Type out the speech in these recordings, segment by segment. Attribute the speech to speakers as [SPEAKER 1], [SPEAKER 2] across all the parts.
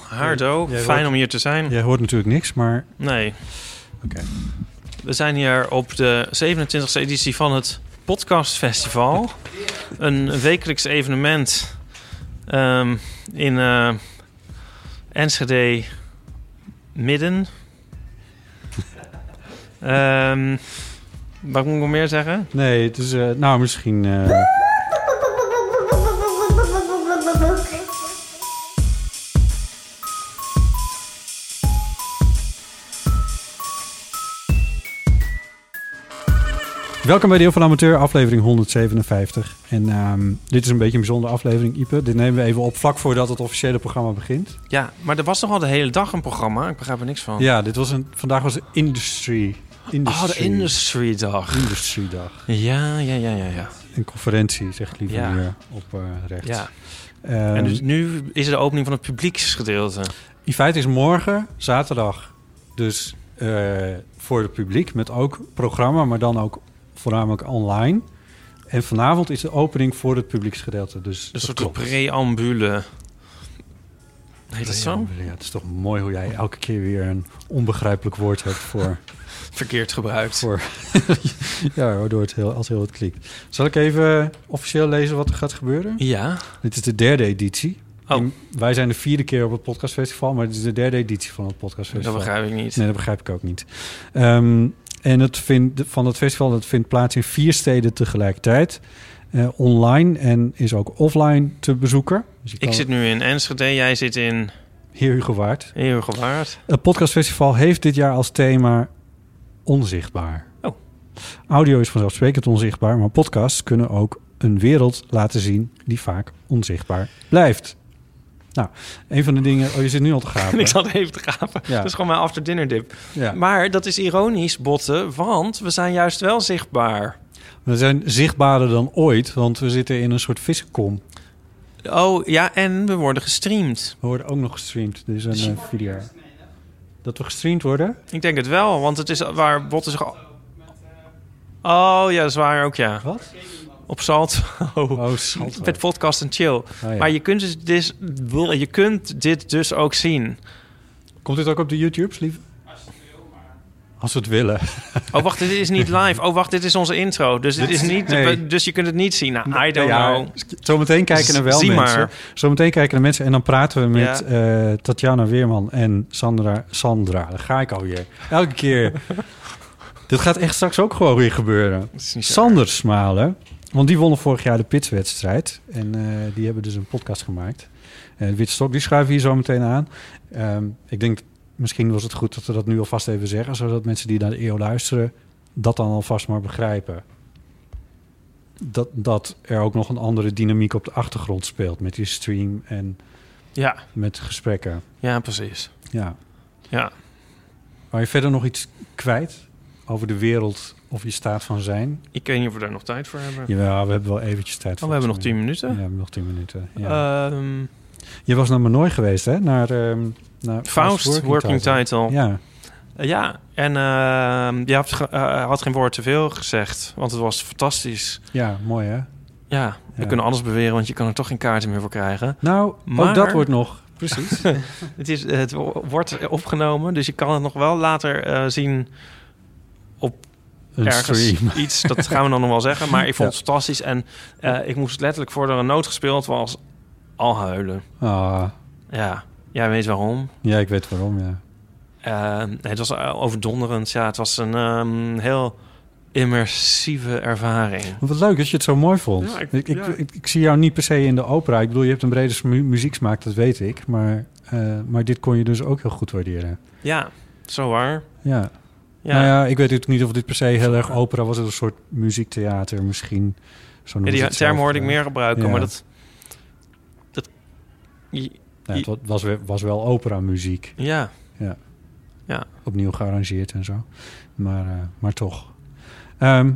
[SPEAKER 1] Hardo,
[SPEAKER 2] Jij
[SPEAKER 1] fijn
[SPEAKER 2] hoort-
[SPEAKER 1] om hier te zijn.
[SPEAKER 2] Jij hoort natuurlijk niks, maar
[SPEAKER 1] Nee,
[SPEAKER 2] oké.
[SPEAKER 1] we zijn hier op de 27e editie van het Podcast Festival. Een wekelijks evenement ehm, in eh, Enschede Midden. Ehm, wat moet ik nog meer zeggen?
[SPEAKER 2] Nee, het is... eh, nou, misschien... eh, Welkom bij Deel van Amateur, aflevering 157. En ehm, dit is een beetje een bijzondere aflevering, Ipe. Dit nemen we even op vlak voordat het officiële programma begint.
[SPEAKER 1] Ja, maar er was nogal de hele dag een programma. Ik begrijp er niks van.
[SPEAKER 2] Ja, dit was een, vandaag was Industry.
[SPEAKER 1] Oh, de Industry Dag.
[SPEAKER 2] Industry dag.
[SPEAKER 1] Ja, ja, ja, ja, ja.
[SPEAKER 2] Een conferentie, zeg ik liever
[SPEAKER 1] Ja.
[SPEAKER 2] hier op eh, rechts.
[SPEAKER 1] ja.
[SPEAKER 2] Ehm,
[SPEAKER 1] En dus nu is er de opening van het publieksgedeelte.
[SPEAKER 2] In feite is morgen, zaterdag, dus eh, voor het publiek met ook programma, maar dan ook voornamelijk online. En vanavond is de opening voor het publieksgedeelte. Dus
[SPEAKER 1] Een
[SPEAKER 2] dat
[SPEAKER 1] soort
[SPEAKER 2] klopt.
[SPEAKER 1] preambule. Heet dat zo?
[SPEAKER 2] Ja, het is toch mooi hoe jij elke keer weer een onbegrijpelijk woord hebt voor.
[SPEAKER 1] Verkeerd gebruikt.
[SPEAKER 2] voor ja, waardoor het heel, als heel wat klikt. Zal ik even officieel lezen wat er gaat gebeuren?
[SPEAKER 1] Ja.
[SPEAKER 2] Dit is de derde editie.
[SPEAKER 1] Oh.
[SPEAKER 2] En wij zijn de vierde keer op het podcastfestival, maar dit is de derde editie van het
[SPEAKER 1] Dat
[SPEAKER 2] podcastfestival.
[SPEAKER 1] begrijp ik niet.
[SPEAKER 2] Nee, dat begrijp ik ook niet. Ehm, en het vindt, van het festival dat vindt plaats in vier steden tegelijkertijd. eh, online en is ook offline te bezoeken. Dus je
[SPEAKER 1] Ik
[SPEAKER 2] kan
[SPEAKER 1] zit nu in Enschede, jij zit in
[SPEAKER 2] hier u gewaard.
[SPEAKER 1] Eeuwgewaard.
[SPEAKER 2] Het podcastfestival heeft dit jaar als thema onzichtbaar.
[SPEAKER 1] Oh.
[SPEAKER 2] Audio is vanzelfsprekend onzichtbaar, maar podcasts kunnen ook een wereld laten zien die vaak onzichtbaar blijft. Nou, een van de dingen. Oh, je zit nu al te gapen.
[SPEAKER 1] En ik zat even te gapen.
[SPEAKER 2] Ja.
[SPEAKER 1] Dat is gewoon mijn after dinner dip.
[SPEAKER 2] ja.
[SPEAKER 1] Maar dat is ironisch, Botten, want we zijn juist wel zichtbaar.
[SPEAKER 2] We zijn zichtbaarder dan ooit, want we zitten in een soort vissenkom.
[SPEAKER 1] Oh ja, en we worden gestreamd.
[SPEAKER 2] We worden ook nog gestreamd. Dit is een eh, video. Dat we gestreamd worden?
[SPEAKER 1] Ik denk het wel, want het is waar Botten zich... al- Oh ja, dat is waar ook, ja.
[SPEAKER 2] Wat?
[SPEAKER 1] Op Salto.
[SPEAKER 2] Oh, Salto.
[SPEAKER 1] Met podcast en chill.
[SPEAKER 2] ja.
[SPEAKER 1] Maar je kunt, dus, dis- wil- je kunt dit dus ook zien.
[SPEAKER 2] Komt dit ook op de YouTubes, lief? Als we het willen.
[SPEAKER 1] Oh, wacht, dit is niet live. Oh, wacht, dit is onze intro. Dus, dit is niet,
[SPEAKER 2] nee.
[SPEAKER 1] dus je kunt het niet zien. Nou, I don't
[SPEAKER 2] Ja,
[SPEAKER 1] know.
[SPEAKER 2] Zometeen kijken er wel
[SPEAKER 1] Zie maar.
[SPEAKER 2] mensen. Zometeen kijken er mensen en dan praten we met
[SPEAKER 1] Ja.
[SPEAKER 2] eh, Tatjana Weerman en Sandra. Sandra, daar ga ik alweer. Elke keer. Dit gaat echt straks ook gewoon weer gebeuren.
[SPEAKER 1] Dat is niet zo.
[SPEAKER 2] Sander Smalen. Want die wonnen vorig jaar de Pitswedstrijd. En eh, die hebben dus een podcast gemaakt. Eh Wit Stok, die schuiven hier zo meteen aan. Ehm, ik denk, misschien was het goed dat we dat nu alvast even zeggen. Zodat mensen die naar de EO luisteren, dat dan alvast maar begrijpen. Dat, dat er ook nog een andere dynamiek op de achtergrond speelt. Met die stream en
[SPEAKER 1] Ja,
[SPEAKER 2] met gesprekken.
[SPEAKER 1] ja, precies.
[SPEAKER 2] Ja.
[SPEAKER 1] Ja.
[SPEAKER 2] Waar je verder nog iets kwijt over de wereld of je staat van zijn?
[SPEAKER 1] Ik weet niet of we daar nog tijd voor hebben.
[SPEAKER 2] Ja, we hebben wel eventjes tijd
[SPEAKER 1] Oh,
[SPEAKER 2] voor.
[SPEAKER 1] we hebben
[SPEAKER 2] het
[SPEAKER 1] nog 10 minuten.
[SPEAKER 2] Ja, we hebben nog 10 minuten. Ja.
[SPEAKER 1] Ehm,
[SPEAKER 2] je was naar Manoy geweest, hè? Naar, ehm naar
[SPEAKER 1] Faust, working, title.
[SPEAKER 2] Ja,
[SPEAKER 1] Eh, Ja, en ehm, je hebt ge- eh, had geen woord te veel gezegd, want het was fantastisch.
[SPEAKER 2] ja, mooi hè?
[SPEAKER 1] Ja, we
[SPEAKER 2] Ja.
[SPEAKER 1] kunnen alles beweren, want je kan er toch geen kaarten meer voor krijgen.
[SPEAKER 2] Nou,
[SPEAKER 1] Maar-
[SPEAKER 2] ook dat wordt nog. Precies.
[SPEAKER 1] Het, is, het wo- wordt opgenomen, dus je kan het nog wel later eh, zien
[SPEAKER 2] Een
[SPEAKER 1] ergens
[SPEAKER 2] stream.
[SPEAKER 1] iets. Dat gaan we dan nog wel zeggen. Maar ik vond het
[SPEAKER 2] Ja.
[SPEAKER 1] fantastisch. En eh, ik moest letterlijk voor er een noot gespeeld was al huilen.
[SPEAKER 2] Ah,
[SPEAKER 1] Ja, jij weet waarom.
[SPEAKER 2] ja, ik weet waarom, ja.
[SPEAKER 1] Eh, het was eh, overdonderend. Ja, het was een ehm, heel immersieve ervaring.
[SPEAKER 2] Wat leuk dat je het zo mooi vond.
[SPEAKER 1] Ja, ik-
[SPEAKER 2] ik, ik,
[SPEAKER 1] ja.
[SPEAKER 2] ik, ik zie jou niet per se in de opera. Ik bedoel, je hebt een brede mu- muzieksmaak, dat weet ik. Maar, eh, maar dit kon je dus ook heel goed waarderen.
[SPEAKER 1] Ja, zo waar.
[SPEAKER 2] Ja.
[SPEAKER 1] Ja.
[SPEAKER 2] Nou ja, ik weet natuurlijk niet of dit per se heel erg opera was. Het was een soort muziektheater misschien. Zo
[SPEAKER 1] Ja,
[SPEAKER 2] noemen ze
[SPEAKER 1] die
[SPEAKER 2] het zelf,
[SPEAKER 1] term hoorde ik
[SPEAKER 2] eh.
[SPEAKER 1] meer gebruiken,
[SPEAKER 2] Ja.
[SPEAKER 1] maar dat... dat je-
[SPEAKER 2] Nou, het wa- was, we- was wel opera muziek.
[SPEAKER 1] ja.
[SPEAKER 2] Ja.
[SPEAKER 1] Ja.
[SPEAKER 2] Opnieuw gearrangeerd en zo. Maar, eh, maar toch. Ehm,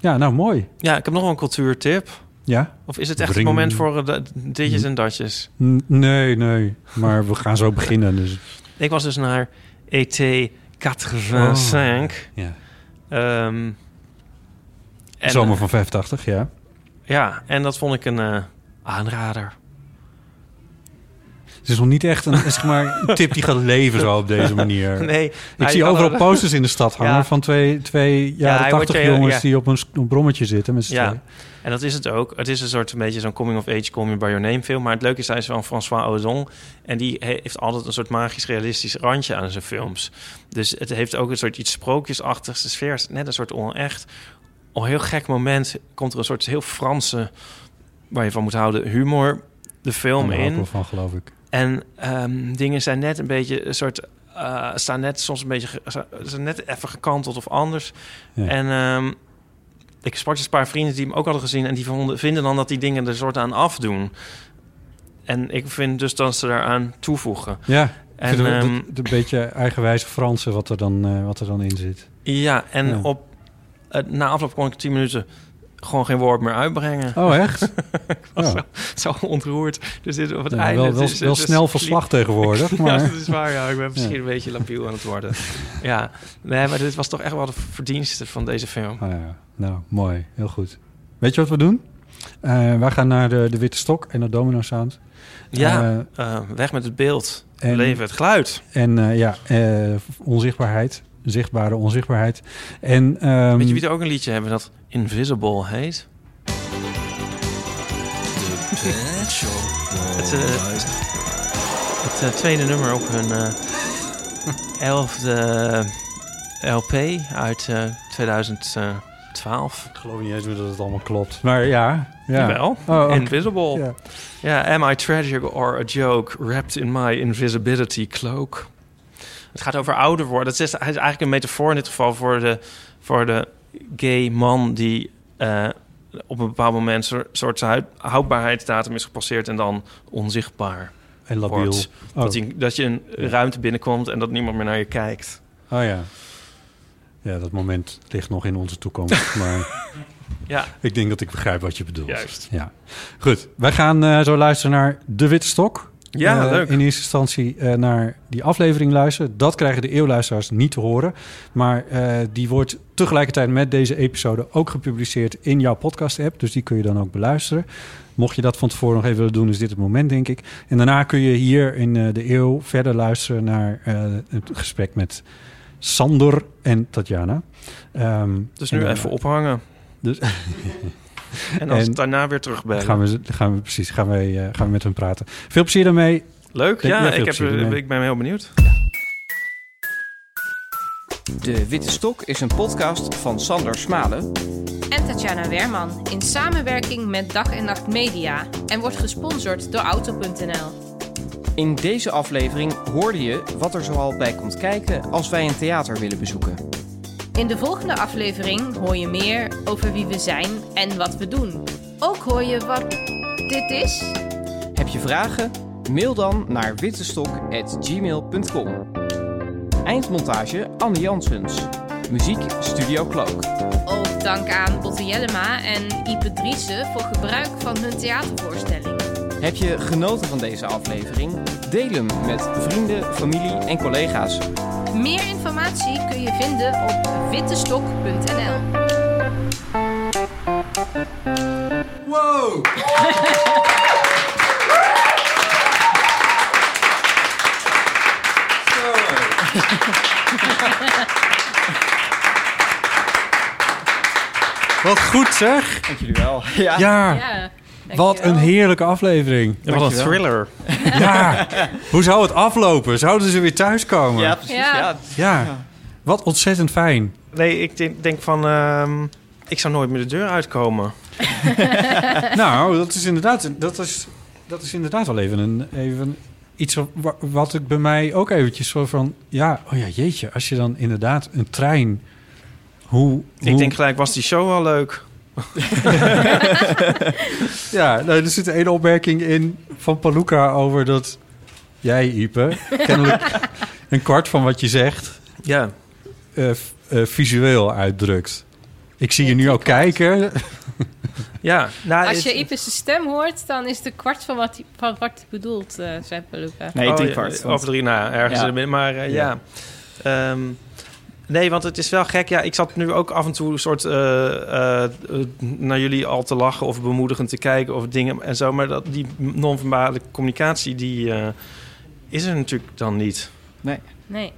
[SPEAKER 2] ja, nou mooi.
[SPEAKER 1] Ja, ik heb nog wel een cultuurtip.
[SPEAKER 2] Ja?
[SPEAKER 1] Of is het echt
[SPEAKER 2] Bring-
[SPEAKER 1] het moment voor eh, dat- ditjes en datjes?
[SPEAKER 2] N- nee, nee. Maar we gaan zo beginnen. Dus,
[SPEAKER 1] Ik was dus naar ET
[SPEAKER 2] Oh.
[SPEAKER 1] 85.
[SPEAKER 2] ja.
[SPEAKER 1] Ehm, en, eh,
[SPEAKER 2] Zomer van 85, ja.
[SPEAKER 1] Ja, en dat vond ik een eh, aanrader.
[SPEAKER 2] Het is nog niet echt een, zeg maar, een tip die gaat leven zo op deze manier.
[SPEAKER 1] Nee,
[SPEAKER 2] Ik
[SPEAKER 1] nou,
[SPEAKER 2] zie
[SPEAKER 1] je kan
[SPEAKER 2] overal
[SPEAKER 1] er-
[SPEAKER 2] posters in de stad hangen
[SPEAKER 1] Ja.
[SPEAKER 2] van twee, twee
[SPEAKER 1] hij
[SPEAKER 2] jaren
[SPEAKER 1] wordt
[SPEAKER 2] 80
[SPEAKER 1] je-
[SPEAKER 2] jongens
[SPEAKER 1] ja.
[SPEAKER 2] die op een, s- een brommetje zitten met z'n
[SPEAKER 1] Ja,
[SPEAKER 2] tweeën.
[SPEAKER 1] en dat is het ook. Het is een soort een beetje zo'n coming of age, coming by your name film. Maar het leuke is, hij is van François Ozon. En die he- heeft altijd een soort magisch realistisch randje aan zijn films. Dus het heeft ook een soort iets sprookjesachtigste sfeer. Het is Net een soort onecht. Op een heel gek moment komt er een soort heel Franse, waar je van moet houden, humor de film
[SPEAKER 2] Daar hou ik wel
[SPEAKER 1] in.
[SPEAKER 2] van, geloof ik.
[SPEAKER 1] En ehm, dingen zijn net een beetje een soort... eh, staan net soms een beetje... ge- zijn net even gekanteld of anders.
[SPEAKER 2] Ja.
[SPEAKER 1] En ehm, ik sprak dus een paar vrienden die hem ook hadden gezien... en die vonden, vinden dan dat die dingen er soort aan afdoen. En ik vind dus dat ze daaraan toevoegen.
[SPEAKER 2] Ja,
[SPEAKER 1] En,
[SPEAKER 2] en,
[SPEAKER 1] ehm,
[SPEAKER 2] een beetje eigenwijze Franse wat er dan, eh, wat er dan in zit.
[SPEAKER 1] ja, en
[SPEAKER 2] Ja.
[SPEAKER 1] Op, eh, na afloop kon ik tien minuten gewoon geen woord meer uitbrengen.
[SPEAKER 2] Oh, echt?
[SPEAKER 1] was
[SPEAKER 2] Ja.
[SPEAKER 1] zo, zo ontroerd. Dus dit op het
[SPEAKER 2] Ja,
[SPEAKER 1] einde...
[SPEAKER 2] wel
[SPEAKER 1] het
[SPEAKER 2] wel,
[SPEAKER 1] is-
[SPEAKER 2] wel
[SPEAKER 1] het is-
[SPEAKER 2] snel verslag tegenwoordig, maar...
[SPEAKER 1] Ja, dus- dat is waar. Ja. Ik ben misschien een beetje lapiel aan het worden. Ja, nee, maar dit was toch echt wel de verdienste van deze film.
[SPEAKER 2] Ah, ja. Nou, mooi. Heel goed. Weet je wat we doen? Eh, wij gaan naar de, de Witte Stok en de Domino Sound.
[SPEAKER 1] Ja,
[SPEAKER 2] Eh,
[SPEAKER 1] eh, weg met het beeld.
[SPEAKER 2] en-
[SPEAKER 1] Leven het geluid.
[SPEAKER 2] En eh, ja, eh, onzichtbaarheid. Zichtbare onzichtbaarheid. En, ehm,
[SPEAKER 1] Weet je wie er ook een liedje hebben dat Invisible heet? Het, eh, het eh, tweede nummer op hun eh, elfde LP uit eh, 2012.
[SPEAKER 2] Ik geloof niet eens meer dat het allemaal klopt. Maar ja. ja.
[SPEAKER 1] Wel,
[SPEAKER 2] Oh, oké.
[SPEAKER 1] Invisible.
[SPEAKER 2] Ja.
[SPEAKER 1] Ja, am I tragic or a joke wrapped in my invisibility cloak? Het gaat over ouder worden. Het is, hij is eigenlijk een metafoor in dit geval voor de, voor de gay man die eh, op een bepaald moment een soort zijn huid- houdbaarheidsdatum is gepasseerd en dan onzichtbaar.
[SPEAKER 2] En labiel.
[SPEAKER 1] Wordt.
[SPEAKER 2] Oh.
[SPEAKER 1] Dat, je, dat je een ruimte binnenkomt en dat niemand meer naar je kijkt.
[SPEAKER 2] oh ja. Ja, dat moment ligt nog in onze toekomst. maar
[SPEAKER 1] Ja,
[SPEAKER 2] ik denk dat ik begrijp wat je bedoelt.
[SPEAKER 1] juist.
[SPEAKER 2] Ja. Goed. Wij gaan eh, zo luisteren naar De Witte Stok.
[SPEAKER 1] Ja,
[SPEAKER 2] Eh,
[SPEAKER 1] leuk.
[SPEAKER 2] In eerste instantie eh, naar die aflevering luisteren. Dat krijgen de eeuwluisteraars niet te horen. Maar eh, die wordt tegelijkertijd met deze episode ook gepubliceerd in jouw podcast-app. Dus die kun je dan ook beluisteren. Mocht je dat van tevoren nog even willen doen, is dit het moment, denk ik. En daarna kun je hier in eh, de eeuw verder luisteren naar eh, het gesprek met Sander en Tatjana. Ehm,
[SPEAKER 1] Dus
[SPEAKER 2] en
[SPEAKER 1] nu
[SPEAKER 2] daarna-
[SPEAKER 1] even ophangen.
[SPEAKER 2] Dus-
[SPEAKER 1] en als
[SPEAKER 2] En-
[SPEAKER 1] daarna weer terugbellen.
[SPEAKER 2] Gaan we, gaan we precies, gaan wij, eh, gaan we met hem praten. Veel plezier daarmee.
[SPEAKER 1] Leuk,
[SPEAKER 2] Ja,
[SPEAKER 1] ja.
[SPEAKER 2] veel
[SPEAKER 1] ik, heb, eh,
[SPEAKER 2] plezier ermee.
[SPEAKER 1] ik ben heel benieuwd.
[SPEAKER 3] De Witte Stok is een podcast van Sander Smalen.
[SPEAKER 4] en Tatjana Werman in samenwerking met Dag en Nacht Media en wordt gesponsord door Auto.nl.
[SPEAKER 3] In deze aflevering hoorde je wat er zoal bij komt kijken als wij een theater willen bezoeken.
[SPEAKER 4] In de volgende aflevering hoor je meer over wie we zijn en wat we doen. Ook hoor je wat dit is.
[SPEAKER 3] Heb je vragen? Mail dan naar wittestok.gmail.com. Eindmontage Anne Jansens. Muziek Studio Cloak.
[SPEAKER 4] Ook dank aan Botte Jellema en Ipe Driessen voor gebruik van hun theatervoorstelling.
[SPEAKER 3] Heb je genoten van deze aflevering? Deel hem met vrienden, familie en collega's.
[SPEAKER 4] Meer informatie kun je vinden op wittestok.nl.
[SPEAKER 2] Wat goed zeg.
[SPEAKER 3] Dank jullie wel. Ja.
[SPEAKER 2] Ah, Ja,
[SPEAKER 4] Ja,
[SPEAKER 2] wat een heerlijke aflevering.
[SPEAKER 1] Wat een
[SPEAKER 3] Dankjewel.
[SPEAKER 1] thriller.
[SPEAKER 2] Ja, hoe zou het aflopen? Zouden ze weer thuiskomen?
[SPEAKER 3] Ja,
[SPEAKER 2] Ja,
[SPEAKER 3] precies.
[SPEAKER 4] Ja.
[SPEAKER 3] Ja.
[SPEAKER 2] ja. wat ontzettend fijn.
[SPEAKER 1] Nee, ik denk, denk van... ehm, ik zou nooit meer de deur uitkomen.
[SPEAKER 2] Nou, dat is inderdaad, dat is, dat is inderdaad wel even, een, even iets wa- wat ik bij mij ook eventjes zo van... Ja, oh ja, jeetje, als je dan inderdaad een trein... Hoe,
[SPEAKER 1] Ik
[SPEAKER 2] hoe-
[SPEAKER 1] denk gelijk, was die show wel leuk?
[SPEAKER 2] Ja, nou, er zit een opmerking in van Paluca over dat jij, Ipe, kennelijk een kwart van wat je zegt
[SPEAKER 1] Ja,
[SPEAKER 2] eh, f- eh, visueel uitdrukt. Ik zie je nu ook kijken.
[SPEAKER 1] ja. Nou,
[SPEAKER 4] Als je
[SPEAKER 1] het-
[SPEAKER 4] Ipes' stem hoort, dan is de kwart van wat hij, van wat hij bedoelt, eh zei Peluca.
[SPEAKER 1] Oh,
[SPEAKER 5] Nee, drie
[SPEAKER 1] ja,
[SPEAKER 5] kwart.
[SPEAKER 1] Over drie, nou, ergens
[SPEAKER 5] Ja.
[SPEAKER 1] in de midden. Maar eh, ja. Ehm, nee, want het is wel gek. Ja, ik zat nu ook af en toe een soort eh, eh, naar jullie al te lachen of bemoedigend te kijken of dingen en zo. Maar dat, die non-verbale communicatie, die eh, is er natuurlijk dan niet.
[SPEAKER 4] Nee.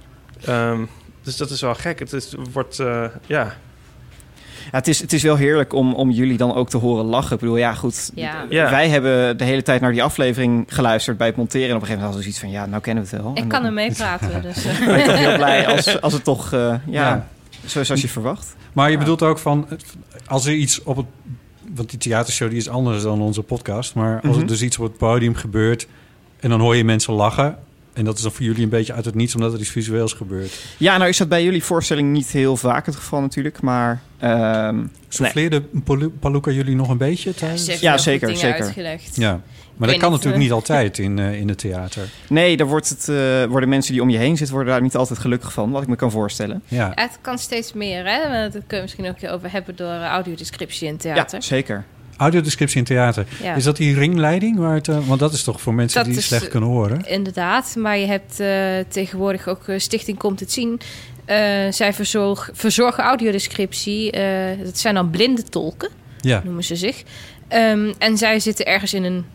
[SPEAKER 1] Ehm, dus dat is wel gek. Het is, wordt, eh, ja.
[SPEAKER 5] Ja, het, is, het is wel heerlijk om, om jullie dan ook te horen lachen. Ik bedoel, ja, goed.
[SPEAKER 4] Ja.
[SPEAKER 1] Ja.
[SPEAKER 5] Wij hebben de hele tijd naar die aflevering geluisterd bij het monteren. En op een gegeven moment hadden we zoiets van, ja, nou kennen we het wel.
[SPEAKER 4] Ik
[SPEAKER 5] En
[SPEAKER 4] kan
[SPEAKER 5] dan-
[SPEAKER 4] ermee praten, dus... eh.
[SPEAKER 5] ben ik heel blij als, als het toch, eh, ja,
[SPEAKER 2] Ja.
[SPEAKER 5] zo- zoals je verwacht.
[SPEAKER 2] Maar je
[SPEAKER 5] Ja.
[SPEAKER 2] bedoelt ook van, als er iets op het... Want die theatershow die is anders dan onze podcast. Maar als
[SPEAKER 5] Mhm.
[SPEAKER 2] er dus iets op het podium gebeurt... en dan hoor je mensen lachen... en dat is dan voor jullie een beetje uit het niets... omdat er iets visueels gebeurt.
[SPEAKER 5] Ja, nou is dat bij jullie voorstelling niet heel vaak het geval natuurlijk. Maar ehm,
[SPEAKER 2] Souffleerde Palu- Paluca jullie nog een beetje
[SPEAKER 4] Ze
[SPEAKER 2] thuis?
[SPEAKER 4] heeft
[SPEAKER 5] Ja,
[SPEAKER 4] heel "Nou, goed
[SPEAKER 5] zeker,
[SPEAKER 4] dingen
[SPEAKER 5] zeker.
[SPEAKER 4] uitgelegd.
[SPEAKER 2] Ja, maar dat kan
[SPEAKER 4] weet niet,
[SPEAKER 2] natuurlijk
[SPEAKER 4] eh.
[SPEAKER 2] niet altijd in, eh, in het theater.
[SPEAKER 5] nee, daar wordt het, eh, worden mensen die om je heen zitten worden daar niet altijd gelukkig van. Wat ik me kan voorstellen.
[SPEAKER 2] Ja.
[SPEAKER 4] Het kan steeds meer, hè? Daar kunnen we misschien ook een keer over hebben door eh, audiodescriptie in
[SPEAKER 5] Ja,
[SPEAKER 4] theater.
[SPEAKER 5] zeker.
[SPEAKER 2] Audiodescriptie in theater.
[SPEAKER 4] Ja.
[SPEAKER 2] Is dat die ringleiding? Waar het, eh, want dat is toch voor mensen
[SPEAKER 4] Dat
[SPEAKER 2] die
[SPEAKER 4] is,
[SPEAKER 2] slecht
[SPEAKER 4] eh,
[SPEAKER 2] kunnen horen?
[SPEAKER 4] Inderdaad, maar je hebt eh, tegenwoordig ook eh, Stichting Komt Het Zien. Eh, zij verzorg, verzorgen audiodescriptie. Eh, dat zijn dan blinde tolken,
[SPEAKER 2] Ja.
[SPEAKER 4] noemen ze zich. Ehm, en zij zitten ergens in een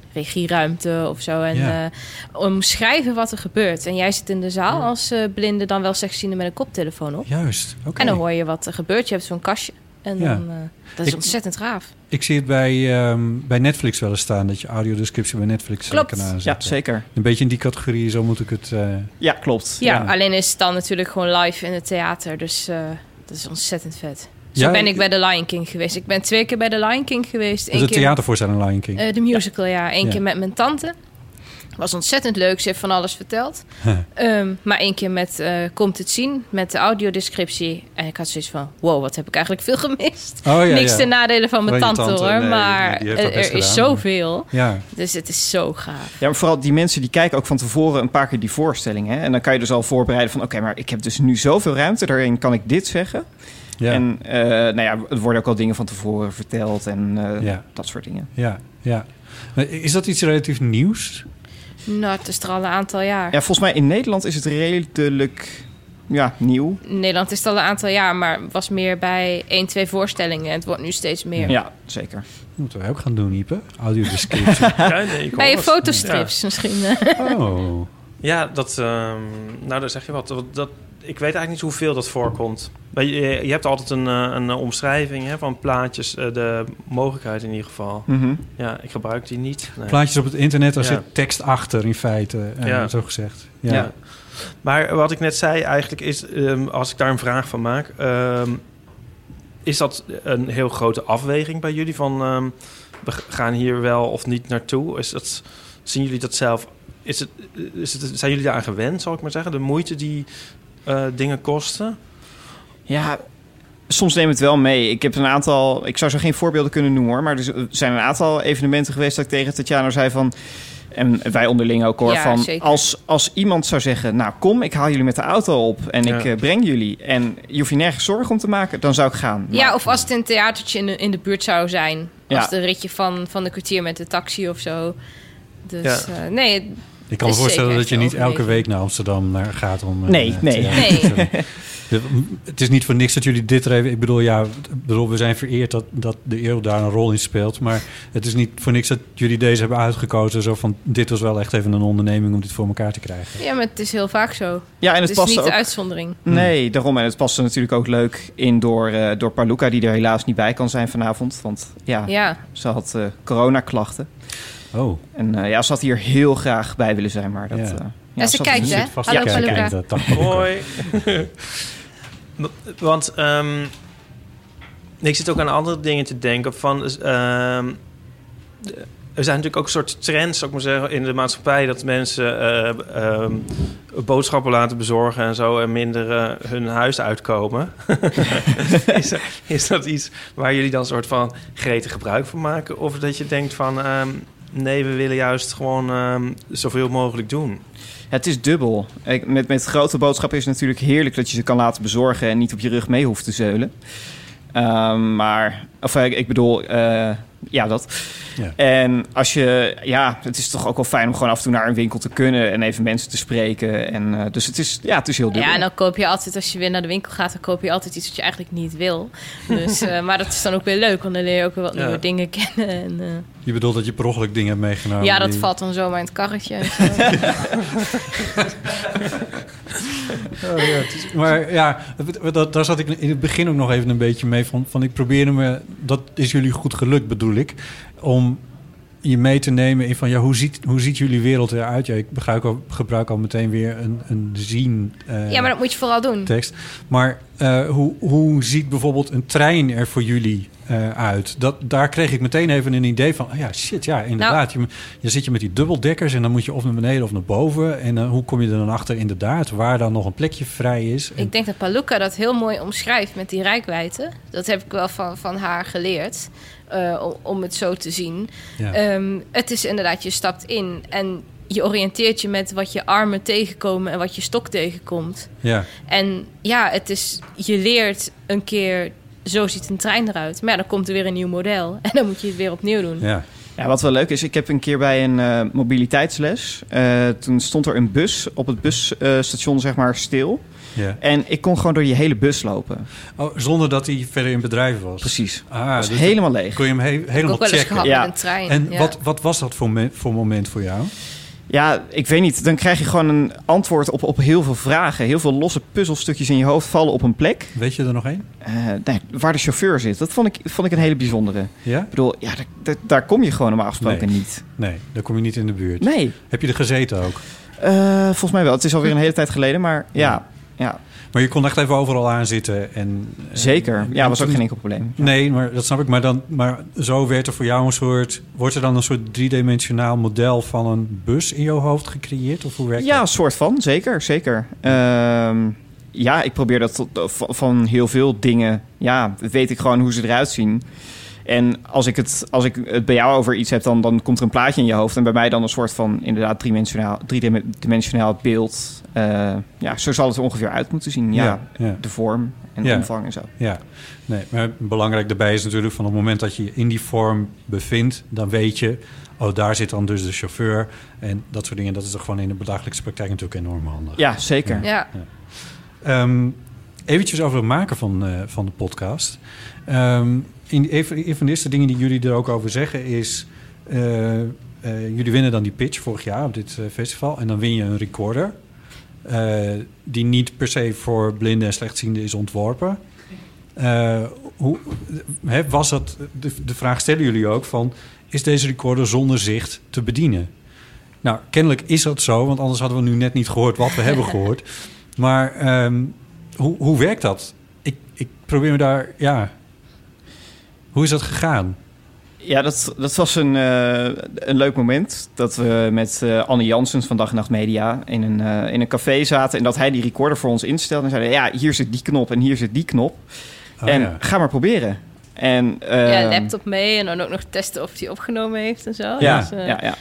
[SPEAKER 4] regieruimte of zo en
[SPEAKER 2] Ja.
[SPEAKER 4] eh, omschrijven wat er gebeurt. En jij zit in de zaal als eh, blinde, dan wel slechtziende met een koptelefoon op.
[SPEAKER 2] Juist. Oké.
[SPEAKER 4] En dan hoor je wat er gebeurt. Je hebt zo'n kastje. En
[SPEAKER 2] Ja.
[SPEAKER 4] dan, eh, dat is
[SPEAKER 2] Ik-
[SPEAKER 4] ontzettend raaf.
[SPEAKER 2] Ik zie het bij, ehm, bij Netflix wel eens staan dat je audiodescriptie bij Netflix eh,
[SPEAKER 4] Klopt.
[SPEAKER 2] kan aanzetten.
[SPEAKER 5] Ja, zeker.
[SPEAKER 2] Een beetje in die categorie, zo moet ik het. eh,
[SPEAKER 5] Ja, klopt.
[SPEAKER 4] Ja,
[SPEAKER 2] Ja.
[SPEAKER 4] alleen is het dan natuurlijk gewoon live in het theater. Dus eh, dat is ontzettend vet. Zo
[SPEAKER 2] Ja,
[SPEAKER 4] ben ik bij The Lion King geweest. Ik ben twee keer bij The Lion King geweest. Eén
[SPEAKER 2] de
[SPEAKER 4] keer
[SPEAKER 2] theatervoorstelling Lion King.
[SPEAKER 4] eh, de musical, ja. Eén
[SPEAKER 2] Ja.
[SPEAKER 4] keer met mijn tante. Was ontzettend leuk. Ze heeft van alles verteld.
[SPEAKER 2] Huh.
[SPEAKER 4] Ehm, maar één keer met eh, Komt het zien, met de audiodescriptie. En ik had zoiets van, wow, wat heb ik eigenlijk veel gemist.
[SPEAKER 2] oh ja.
[SPEAKER 4] Niks
[SPEAKER 2] ja.
[SPEAKER 4] ten nadele van mijn
[SPEAKER 2] Van je
[SPEAKER 4] tante,
[SPEAKER 2] tante,
[SPEAKER 4] hoor.
[SPEAKER 2] nee,
[SPEAKER 4] maar
[SPEAKER 2] die heeft haar
[SPEAKER 4] eh,
[SPEAKER 2] best
[SPEAKER 4] er is
[SPEAKER 2] gedaan, maar-
[SPEAKER 4] zoveel.
[SPEAKER 2] Ja.
[SPEAKER 4] Dus het is zo gaaf.
[SPEAKER 5] Ja, maar vooral die mensen die kijken ook van tevoren een paar keer die voorstelling. Hè? En dan kan je dus al voorbereiden van... oké, maar ik heb dus nu zoveel ruimte, daarin kan ik dit zeggen.
[SPEAKER 2] Ja.
[SPEAKER 5] En eh, nou ja, er worden ook al dingen van tevoren verteld en eh,
[SPEAKER 2] ja.
[SPEAKER 5] dat soort dingen.
[SPEAKER 2] Ja. Ja. Maar Is dat iets relatief nieuws?
[SPEAKER 4] Nou, het is er al een aantal jaar.
[SPEAKER 5] Ja, volgens mij in Nederland is het redelijk ja, nieuw.
[SPEAKER 4] In Nederland is het al een aantal jaar, maar was meer bij één, twee voorstellingen. Het wordt nu steeds meer.
[SPEAKER 5] Ja, zeker.
[SPEAKER 2] Dat moeten wij ook gaan doen, Ipe. Audiodescriptie.
[SPEAKER 1] ja nee, ik
[SPEAKER 4] Bij je
[SPEAKER 1] hoor het.
[SPEAKER 4] fotostrips misschien. eh.
[SPEAKER 2] oh.
[SPEAKER 1] Ja, dat. ehm, nou, daar zeg je wat. Want Dat, ik weet eigenlijk niet hoeveel dat voorkomt. Maar Je, je hebt altijd een, eh, een eh, omschrijving hè, van plaatjes, eh, de mogelijkheid in ieder geval.
[SPEAKER 5] Mhm.
[SPEAKER 1] Ja, ik gebruik die niet. nee.
[SPEAKER 2] Plaatjes op het internet, daar
[SPEAKER 1] Ja.
[SPEAKER 2] zit tekst achter in feite, eh,
[SPEAKER 1] Ja.
[SPEAKER 2] zo gezegd.
[SPEAKER 1] Ja.
[SPEAKER 2] Ja.
[SPEAKER 1] Maar wat ik net zei eigenlijk is, ehm, als ik daar een vraag van maak, ehm, is dat een heel grote afweging bij jullie van ehm, we g- gaan hier wel of niet naartoe? Is dat, zien jullie dat zelf? Is het, is het, zijn jullie daaraan gewend, zal ik maar zeggen? De moeite die eh, dingen kosten?
[SPEAKER 5] Ja, soms neem het wel mee. Ik heb een aantal, ik zou zo geen voorbeelden kunnen noemen hoor, maar er zijn een aantal evenementen geweest dat ik tegen Tatjana zei van. En wij onderling ook hoor.
[SPEAKER 4] Ja,
[SPEAKER 5] van
[SPEAKER 4] zeker.
[SPEAKER 5] als, als iemand zou zeggen: Nou, kom, ik haal jullie met de auto op en
[SPEAKER 1] Ja.
[SPEAKER 5] ik eh, breng jullie. En je hoeft je nergens zorgen om te maken, dan zou ik gaan. Maar-
[SPEAKER 4] Ja, of als het een theatertje in de, in de buurt zou zijn.
[SPEAKER 5] Ja.
[SPEAKER 4] Als het een ritje van, van de kwartier met de taxi of zo. Dus
[SPEAKER 1] Ja.
[SPEAKER 4] eh, nee,
[SPEAKER 2] Ik kan me
[SPEAKER 4] Is
[SPEAKER 2] voorstellen
[SPEAKER 4] zeker
[SPEAKER 2] dat je
[SPEAKER 4] echt
[SPEAKER 2] niet
[SPEAKER 4] een
[SPEAKER 2] elke
[SPEAKER 4] overweging.
[SPEAKER 2] week naar Amsterdam naar gaat om... eh,
[SPEAKER 5] Nee,
[SPEAKER 2] eh,
[SPEAKER 5] nee.
[SPEAKER 2] theater
[SPEAKER 4] Nee.
[SPEAKER 2] te doen. De- Het is niet voor niks dat jullie dit er even... Ik bedoel, ja, ik bedoel, we zijn vereerd dat, dat de eeuw daar een rol in speelt. Maar het is niet voor niks dat jullie deze hebben uitgekozen. Zo van, dit was wel echt even een onderneming om dit voor elkaar te krijgen.
[SPEAKER 4] ja, maar het is heel vaak zo.
[SPEAKER 5] ja, en het,
[SPEAKER 4] Het, is
[SPEAKER 5] past
[SPEAKER 4] dus niet
[SPEAKER 5] ook.
[SPEAKER 4] de uitzondering.
[SPEAKER 5] Nee, daarom. En het past er natuurlijk ook leuk in door, eh, door Paluca, die er helaas niet bij kan zijn vanavond. Want ja,
[SPEAKER 4] Ja,
[SPEAKER 5] ze had eh, coronaklachten.
[SPEAKER 2] Oh,
[SPEAKER 5] En eh, ja, ze had hier heel graag bij willen zijn, maar dat...
[SPEAKER 2] Ja.
[SPEAKER 5] eh,
[SPEAKER 4] Ja, ze
[SPEAKER 5] zat
[SPEAKER 4] kijkt,
[SPEAKER 5] er niet
[SPEAKER 4] hè?
[SPEAKER 5] in.
[SPEAKER 2] zit dus vast
[SPEAKER 4] Hallo,
[SPEAKER 2] te kijken.
[SPEAKER 4] Paluca.
[SPEAKER 2] Dat dacht ik ook.
[SPEAKER 1] Want ehm, ik zit ook aan andere dingen te denken. Van, ehm, er zijn natuurlijk ook soort trends, zou ik maar zeggen, in de maatschappij dat mensen eh, ehm, boodschappen laten bezorgen en zo en minder eh, hun huis uitkomen. is, dat- is dat iets waar jullie dan soort van gretig gebruik van maken? Of dat je denkt van, ehm, Nee, we willen juist gewoon ehm, zoveel mogelijk doen.
[SPEAKER 5] Het is dubbel. Ik- Met, met grote boodschappen is het natuurlijk heerlijk dat je ze kan laten bezorgen en niet op je rug mee hoeft te zeulen. Ehm, maar, of eh, ik bedoel, eh, ja, dat.
[SPEAKER 2] Ja.
[SPEAKER 5] En als je, ja, het is toch ook wel fijn om gewoon af en toe naar een winkel te kunnen en even mensen te spreken. En, eh, dus het is, ja, het is heel dubbel.
[SPEAKER 4] Ja, en dan koop je altijd, als je weer naar de winkel gaat, dan koop je altijd iets wat je eigenlijk niet wil. Dus, eh, maar dat is dan ook weer leuk, want dan leer je ook weer wat
[SPEAKER 1] Ja.
[SPEAKER 4] nieuwe dingen kennen. En, eh,
[SPEAKER 2] Je bedoelt dat je per ongeluk dingen hebt meegenomen?
[SPEAKER 4] ja, dat
[SPEAKER 2] die-
[SPEAKER 4] valt dan zomaar in het karretje. en zo.
[SPEAKER 2] Oh, ja, het is- maar ja, dat- dat, daar zat ik in het begin ook nog even een beetje mee van. van ik probeerde me, dat is jullie goed gelukt bedoel ik, om je mee te nemen in van ja, hoe ziet, hoe ziet jullie wereld eruit? Ja, ik gebruik al, gebruik al meteen weer een, een zien eh,
[SPEAKER 4] ja, maar dat moet je vooral doen.
[SPEAKER 2] tekst. Maar eh, hoe, hoe ziet bijvoorbeeld een trein er voor jullie eh, uit? Dat, daar kreeg ik meteen even een idee van, oh ja, shit, ja, inderdaad.
[SPEAKER 4] Nou-
[SPEAKER 2] Je, je zit je met die dubbeldekkers en dan moet je of naar beneden of naar boven. En eh, hoe kom je er dan achter inderdaad waar dan nog een plekje vrij is? En-
[SPEAKER 4] Ik denk dat Paluca dat heel mooi omschrijft met die rijkwijde. Dat heb ik wel van, van haar geleerd, eh, om- om het zo te zien.
[SPEAKER 2] ja.
[SPEAKER 4] Ehm, het is inderdaad, je stapt in en je oriënteert je met wat je armen tegenkomen en wat je stok tegenkomt.
[SPEAKER 2] ja.
[SPEAKER 4] En ja, het is, je leert een keer, zo ziet een trein eruit. Maar ja, dan komt er weer een nieuw model en dan moet je het weer opnieuw doen.
[SPEAKER 2] Ja,
[SPEAKER 5] Ja, wat wel leuk is, ik heb een keer bij een eh, mobiliteitsles, eh, toen stond er een bus op het busstation eh, zeg maar stil.
[SPEAKER 2] ja.
[SPEAKER 5] En ik kon gewoon door die hele bus lopen.
[SPEAKER 2] Oh, zonder dat hij verder in bedrijf was.
[SPEAKER 5] Precies.
[SPEAKER 2] Ah,
[SPEAKER 5] Dat
[SPEAKER 2] dus
[SPEAKER 5] was helemaal leeg.
[SPEAKER 2] kon je hem he-
[SPEAKER 4] Ik heb
[SPEAKER 2] helemaal
[SPEAKER 4] ook wel eens
[SPEAKER 2] checken.
[SPEAKER 4] gehad
[SPEAKER 5] Ja.
[SPEAKER 4] met een trein.
[SPEAKER 2] En
[SPEAKER 4] ja.
[SPEAKER 2] wat, wat was dat voor, me- voor moment voor jou?
[SPEAKER 5] Ja, ik weet niet. Dan krijg je gewoon een antwoord op, op heel veel vragen. Heel veel losse puzzelstukjes in je hoofd vallen op een plek.
[SPEAKER 2] Weet je er nog één?
[SPEAKER 5] Eh, nee, waar de chauffeur zit. Dat vond ik, vond ik een hele bijzondere. Ik
[SPEAKER 2] Ja?
[SPEAKER 5] bedoel, ja, daar, daar, daar kom je gewoon normaal gesproken niet.
[SPEAKER 2] Nee, daar kom je niet in de buurt.
[SPEAKER 5] Nee,
[SPEAKER 2] Heb je er gezeten ook?
[SPEAKER 5] Eh, volgens mij wel. Het is alweer een hele tijd geleden, maar ja, ja
[SPEAKER 2] Maar je kon echt even overal aan zitten. En, en-
[SPEAKER 5] zeker.
[SPEAKER 2] en-
[SPEAKER 5] Ja, was ook
[SPEAKER 2] toen-
[SPEAKER 5] geen enkel probleem.
[SPEAKER 2] Nee, maar dat snap ik. Maar, dan, maar zo werd er voor jou een soort... Wordt er dan een soort driedimensionaal model van een bus in jouw hoofd gecreëerd? Of hoe werkt
[SPEAKER 5] Ja, een
[SPEAKER 2] dat?
[SPEAKER 5] soort van, zeker, zeker. Ehm, ja, ik probeer dat tot- van- van heel veel dingen. Ja, weet ik gewoon hoe ze eruit zien. En als ik het, als ik het bij jou over iets heb, dan, dan komt er een plaatje in je hoofd. En bij mij dan een soort van inderdaad driedimensionaal, driedimensionaal beeld. Eh, ja, zo zal het er ongeveer uit moeten zien. Ja,
[SPEAKER 2] ja, ja.
[SPEAKER 5] de vorm en de
[SPEAKER 2] Ja.
[SPEAKER 5] omvang en zo.
[SPEAKER 2] Ja, nee, maar belangrijk daarbij is natuurlijk van op het moment dat je je in die vorm bevindt, dan weet je, oh daar zit dan dus de chauffeur en dat soort dingen. Dat is toch gewoon in de dagelijkse praktijk natuurlijk enorm handig.
[SPEAKER 5] Ja, zeker.
[SPEAKER 4] Ja,
[SPEAKER 2] Ehm, eventjes over het maken van, eh, van de podcast. Ehm, in, even, een van de eerste dingen die jullie er ook over zeggen is... eh, eh, jullie winnen dan die pitch vorig jaar op dit eh, festival. En dan win je een recorder. eh, die niet per se voor blinden en slechtzienden is ontworpen. Eh, hoe, hè, was dat, de, de vraag stellen jullie ook van... is deze recorder zonder zicht te bedienen? Nou, kennelijk is dat zo, want anders hadden we nu net niet gehoord wat we hebben gehoord. Maar ehm, hoe, hoe werkt dat? Ik, ik probeer me daar, ja. Hoe is dat gegaan?
[SPEAKER 5] Ja, dat, dat was een, eh, een leuk moment. Dat we met eh, Anne Janssens van Dag en Nacht Media in een, eh, in een café zaten. En dat hij die recorder voor ons instelde. En zeiden, ja, hier zit die knop en hier zit die knop.
[SPEAKER 2] Oh,
[SPEAKER 5] en
[SPEAKER 2] ja.
[SPEAKER 5] ga maar proberen. En,
[SPEAKER 4] ja,
[SPEAKER 5] ehm,
[SPEAKER 4] laptop mee en dan ook nog testen of hij opgenomen heeft en zo.
[SPEAKER 2] Ja,
[SPEAKER 4] Dus, eh,
[SPEAKER 5] Ja, ja.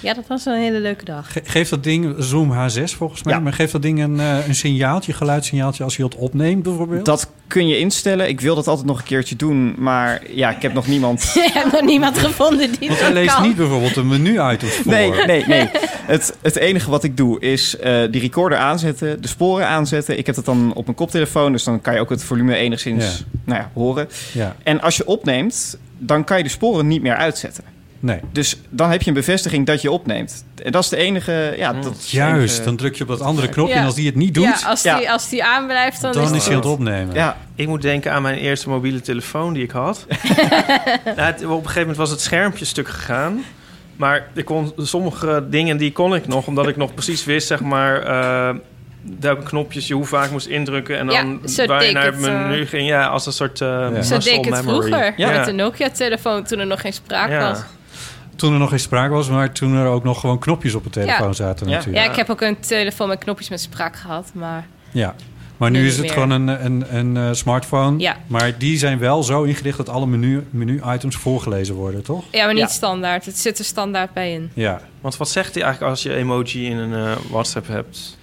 [SPEAKER 4] ja, dat was een hele leuke dag.
[SPEAKER 2] Ge- geeft dat ding, Zoom H6 volgens mij,
[SPEAKER 5] Ja.
[SPEAKER 2] maar geeft dat ding een, eh, een signaaltje, geluidssignaaltje als je het opneemt bijvoorbeeld?
[SPEAKER 5] Dat kun je instellen. Ik wil dat altijd nog een keertje doen. Maar ja, ik heb nog niemand...
[SPEAKER 4] Ik heb nog niemand gevonden die
[SPEAKER 2] Want
[SPEAKER 4] dat
[SPEAKER 2] hij leest
[SPEAKER 4] kan.
[SPEAKER 2] niet bijvoorbeeld een menu uit of voor.
[SPEAKER 5] Nee, nee, nee. Het, het enige wat ik doe is eh, die recorder aanzetten, de sporen aanzetten. Ik heb dat dan op mijn koptelefoon, dus dan kan je ook het volume enigszins
[SPEAKER 2] Ja.
[SPEAKER 5] Nou ja, horen.
[SPEAKER 2] Ja,
[SPEAKER 5] En als je opneemt, dan kan je de sporen niet meer uitzetten.
[SPEAKER 2] nee.
[SPEAKER 5] Dus dan heb je een bevestiging dat je opneemt. En dat is de enige. Ja, dat is het
[SPEAKER 2] Juist, dan
[SPEAKER 5] enige-
[SPEAKER 2] druk je op dat andere knopje
[SPEAKER 4] Ja.
[SPEAKER 2] en als die het niet doet,
[SPEAKER 4] ja, als,
[SPEAKER 5] Ja.
[SPEAKER 4] Die, als die aanblijft, dan,
[SPEAKER 2] dan
[SPEAKER 4] is
[SPEAKER 2] is hij aan
[SPEAKER 4] het...
[SPEAKER 2] het opnemen.
[SPEAKER 5] Ja,
[SPEAKER 1] Ik moet denken aan mijn eerste mobiele telefoon die ik had. nou, het- op een gegeven moment was het schermpje stuk gegaan. Maar ik kon, sommige dingen die kon ik nog, omdat ik nog precies wist, zeg maar... eh welke knopjes je hoe vaak moest indrukken. En
[SPEAKER 4] Ja,
[SPEAKER 1] dan
[SPEAKER 4] zo
[SPEAKER 1] waar je
[SPEAKER 4] deed
[SPEAKER 1] naar
[SPEAKER 4] ik
[SPEAKER 1] het
[SPEAKER 4] het,
[SPEAKER 1] menu ging. Ja, als een soort eh
[SPEAKER 4] Zo
[SPEAKER 1] muscle
[SPEAKER 4] deed ik het
[SPEAKER 1] memory.
[SPEAKER 4] vroeger
[SPEAKER 1] Ja.
[SPEAKER 4] met de Nokia-telefoon toen er nog geen sprake
[SPEAKER 1] Ja.
[SPEAKER 4] was.
[SPEAKER 2] Toen er nog geen sprake was, maar toen er ook nog gewoon knopjes op de telefoon zaten
[SPEAKER 5] Ja.
[SPEAKER 2] natuurlijk.
[SPEAKER 4] Ja, ik heb ook een telefoon met knopjes met spraak gehad, maar
[SPEAKER 2] Ja. Maar nu
[SPEAKER 4] Niet
[SPEAKER 2] is het
[SPEAKER 4] meer.
[SPEAKER 2] gewoon een, een, een eh, smartphone.
[SPEAKER 4] Ja.
[SPEAKER 2] Maar die zijn wel zo ingericht dat alle menu- menu-items voorgelezen worden, toch?
[SPEAKER 4] Ja, maar niet
[SPEAKER 5] Ja.
[SPEAKER 4] standaard. Het zit er standaard bij in.
[SPEAKER 2] Ja.
[SPEAKER 1] Want wat zegt hij eigenlijk als je emoji in een eh, WhatsApp hebt?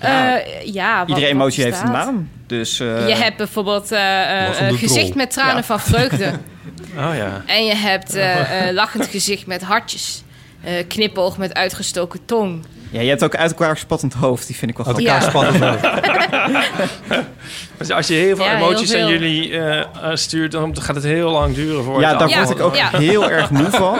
[SPEAKER 5] Ja.
[SPEAKER 4] Eh, ja wat-
[SPEAKER 5] Iedere
[SPEAKER 4] wat
[SPEAKER 5] emoji heeft
[SPEAKER 4] staat.
[SPEAKER 5] een naam. Dus eh,
[SPEAKER 4] Je hebt bijvoorbeeld eh, eh,
[SPEAKER 2] Lachende
[SPEAKER 4] eh, gezicht
[SPEAKER 2] troll.
[SPEAKER 4] met tranen
[SPEAKER 5] Ja.
[SPEAKER 4] van vreugde.
[SPEAKER 1] Oh ja.
[SPEAKER 4] En je hebt eh, eh, lachend gezicht met hartjes. Eh knipoog met uitgestoken tong.
[SPEAKER 5] ja, je hebt ook uit elkaar spattend hoofd. Die vind ik wel
[SPEAKER 2] Uit
[SPEAKER 5] grappig.
[SPEAKER 4] Ja.
[SPEAKER 2] elkaar spannend. ook.
[SPEAKER 1] Dus als je heel veel
[SPEAKER 4] Ja, heel
[SPEAKER 1] emoties
[SPEAKER 4] veel.
[SPEAKER 1] aan jullie eh, eh, stuurt, dan gaat het heel lang duren voor
[SPEAKER 5] Ja,
[SPEAKER 1] het
[SPEAKER 5] daar
[SPEAKER 4] Ja.
[SPEAKER 5] word ik ook
[SPEAKER 4] Ja.
[SPEAKER 5] heel erg moe van.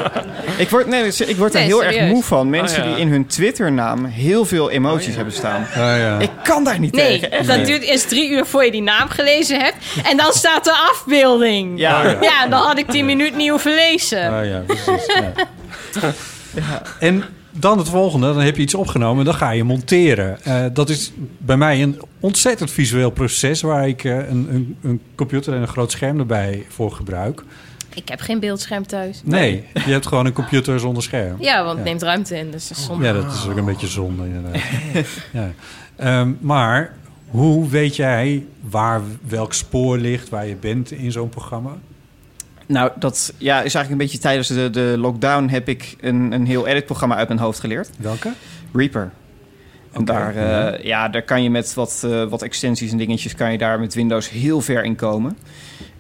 [SPEAKER 5] Ik word, nee, dus ik word er
[SPEAKER 4] Nee,
[SPEAKER 5] heel erg
[SPEAKER 4] serieus.
[SPEAKER 5] moe van. Mensen
[SPEAKER 1] Oh, ja.
[SPEAKER 5] die in hun Twitternaam heel veel emoties hebben staan.
[SPEAKER 2] Ja, ja.
[SPEAKER 5] Ik kan daar niet
[SPEAKER 4] Nee,
[SPEAKER 5] tegen. echt
[SPEAKER 4] dat
[SPEAKER 5] niet.
[SPEAKER 4] duurt eerst drie uur voor je die naam gelezen hebt. En dan staat de afbeelding.
[SPEAKER 5] Ja.
[SPEAKER 4] Ja, dan had ik die minuut niet hoeven lezen.
[SPEAKER 2] Ah, ja, precies. ja. En dan het volgende, dan heb je iets opgenomen en dan ga je monteren. Eh, dat is bij mij een ontzettend visueel proces waar ik eh, een, een, een computer en een groot scherm erbij voor gebruik.
[SPEAKER 4] Ik heb geen beeldscherm thuis.
[SPEAKER 2] Nee, je hebt gewoon een computer zonder scherm.
[SPEAKER 4] Ja, want het neemt ruimte in. Dus dat is zonde.
[SPEAKER 2] Ja, dat is ook een beetje zonde inderdaad. ja. Ehm, maar hoe weet jij waar welk spoor ligt, waar je bent in zo'n programma?
[SPEAKER 5] Nou, dat ja, is eigenlijk een beetje tijdens de, de lockdown heb ik een, een heel editprogramma uit mijn hoofd geleerd.
[SPEAKER 2] Welke?
[SPEAKER 5] Reaper. En
[SPEAKER 2] Oké.
[SPEAKER 5] daar, eh, ja, daar kan je met wat, eh, wat extensies en dingetjes... kan je daar met Windows heel ver in komen.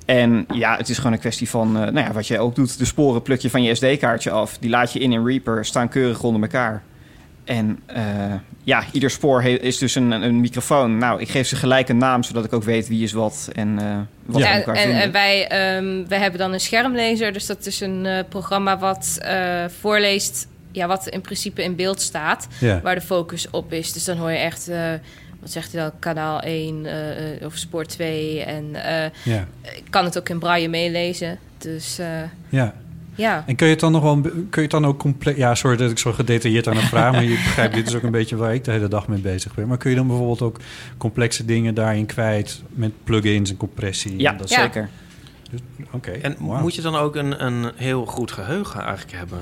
[SPEAKER 5] En ja, het is gewoon een kwestie van... eh, nou ja, wat jij ook doet, de sporen pluk je van je SD-kaartje af. Die laat je in in Reaper, staan keurig onder elkaar. En eh, ja, ieder spoor he- is dus een, een microfoon. Nou, ik geef ze gelijk een naam, zodat ik ook weet wie is wat en eh wat we
[SPEAKER 4] Ja,
[SPEAKER 5] elkaar
[SPEAKER 4] en,
[SPEAKER 5] vinden.
[SPEAKER 4] en wij, ehm, wij hebben dan een schermlezer. Dus dat is een eh, programma wat eh, voorleest ja, wat in principe in beeld staat.
[SPEAKER 2] Ja.
[SPEAKER 4] Waar de focus op is. Dus dan hoor je echt, eh, wat zegt hij dan, kanaal 1 eh, eh, of spoor 2. En eh,
[SPEAKER 2] Ja.
[SPEAKER 4] ik kan het ook in braille meelezen. Dus eh,
[SPEAKER 2] ja.
[SPEAKER 4] ja.
[SPEAKER 2] En kun je het dan nog wel, een be- kun je het dan ook compleet... Ja, sorry dat ik zo gedetailleerd aan het vraag, maar je begrijpt, dit is ook een beetje waar ik de hele dag mee bezig ben. Maar kun je dan bijvoorbeeld ook complexe dingen daarin kwijt met plugins en compressie?
[SPEAKER 5] ja,
[SPEAKER 2] en dat-
[SPEAKER 4] Ja.
[SPEAKER 5] zeker.
[SPEAKER 2] Oké.
[SPEAKER 1] En
[SPEAKER 2] wauw.
[SPEAKER 1] moet je dan ook een, een heel goed geheugen eigenlijk hebben?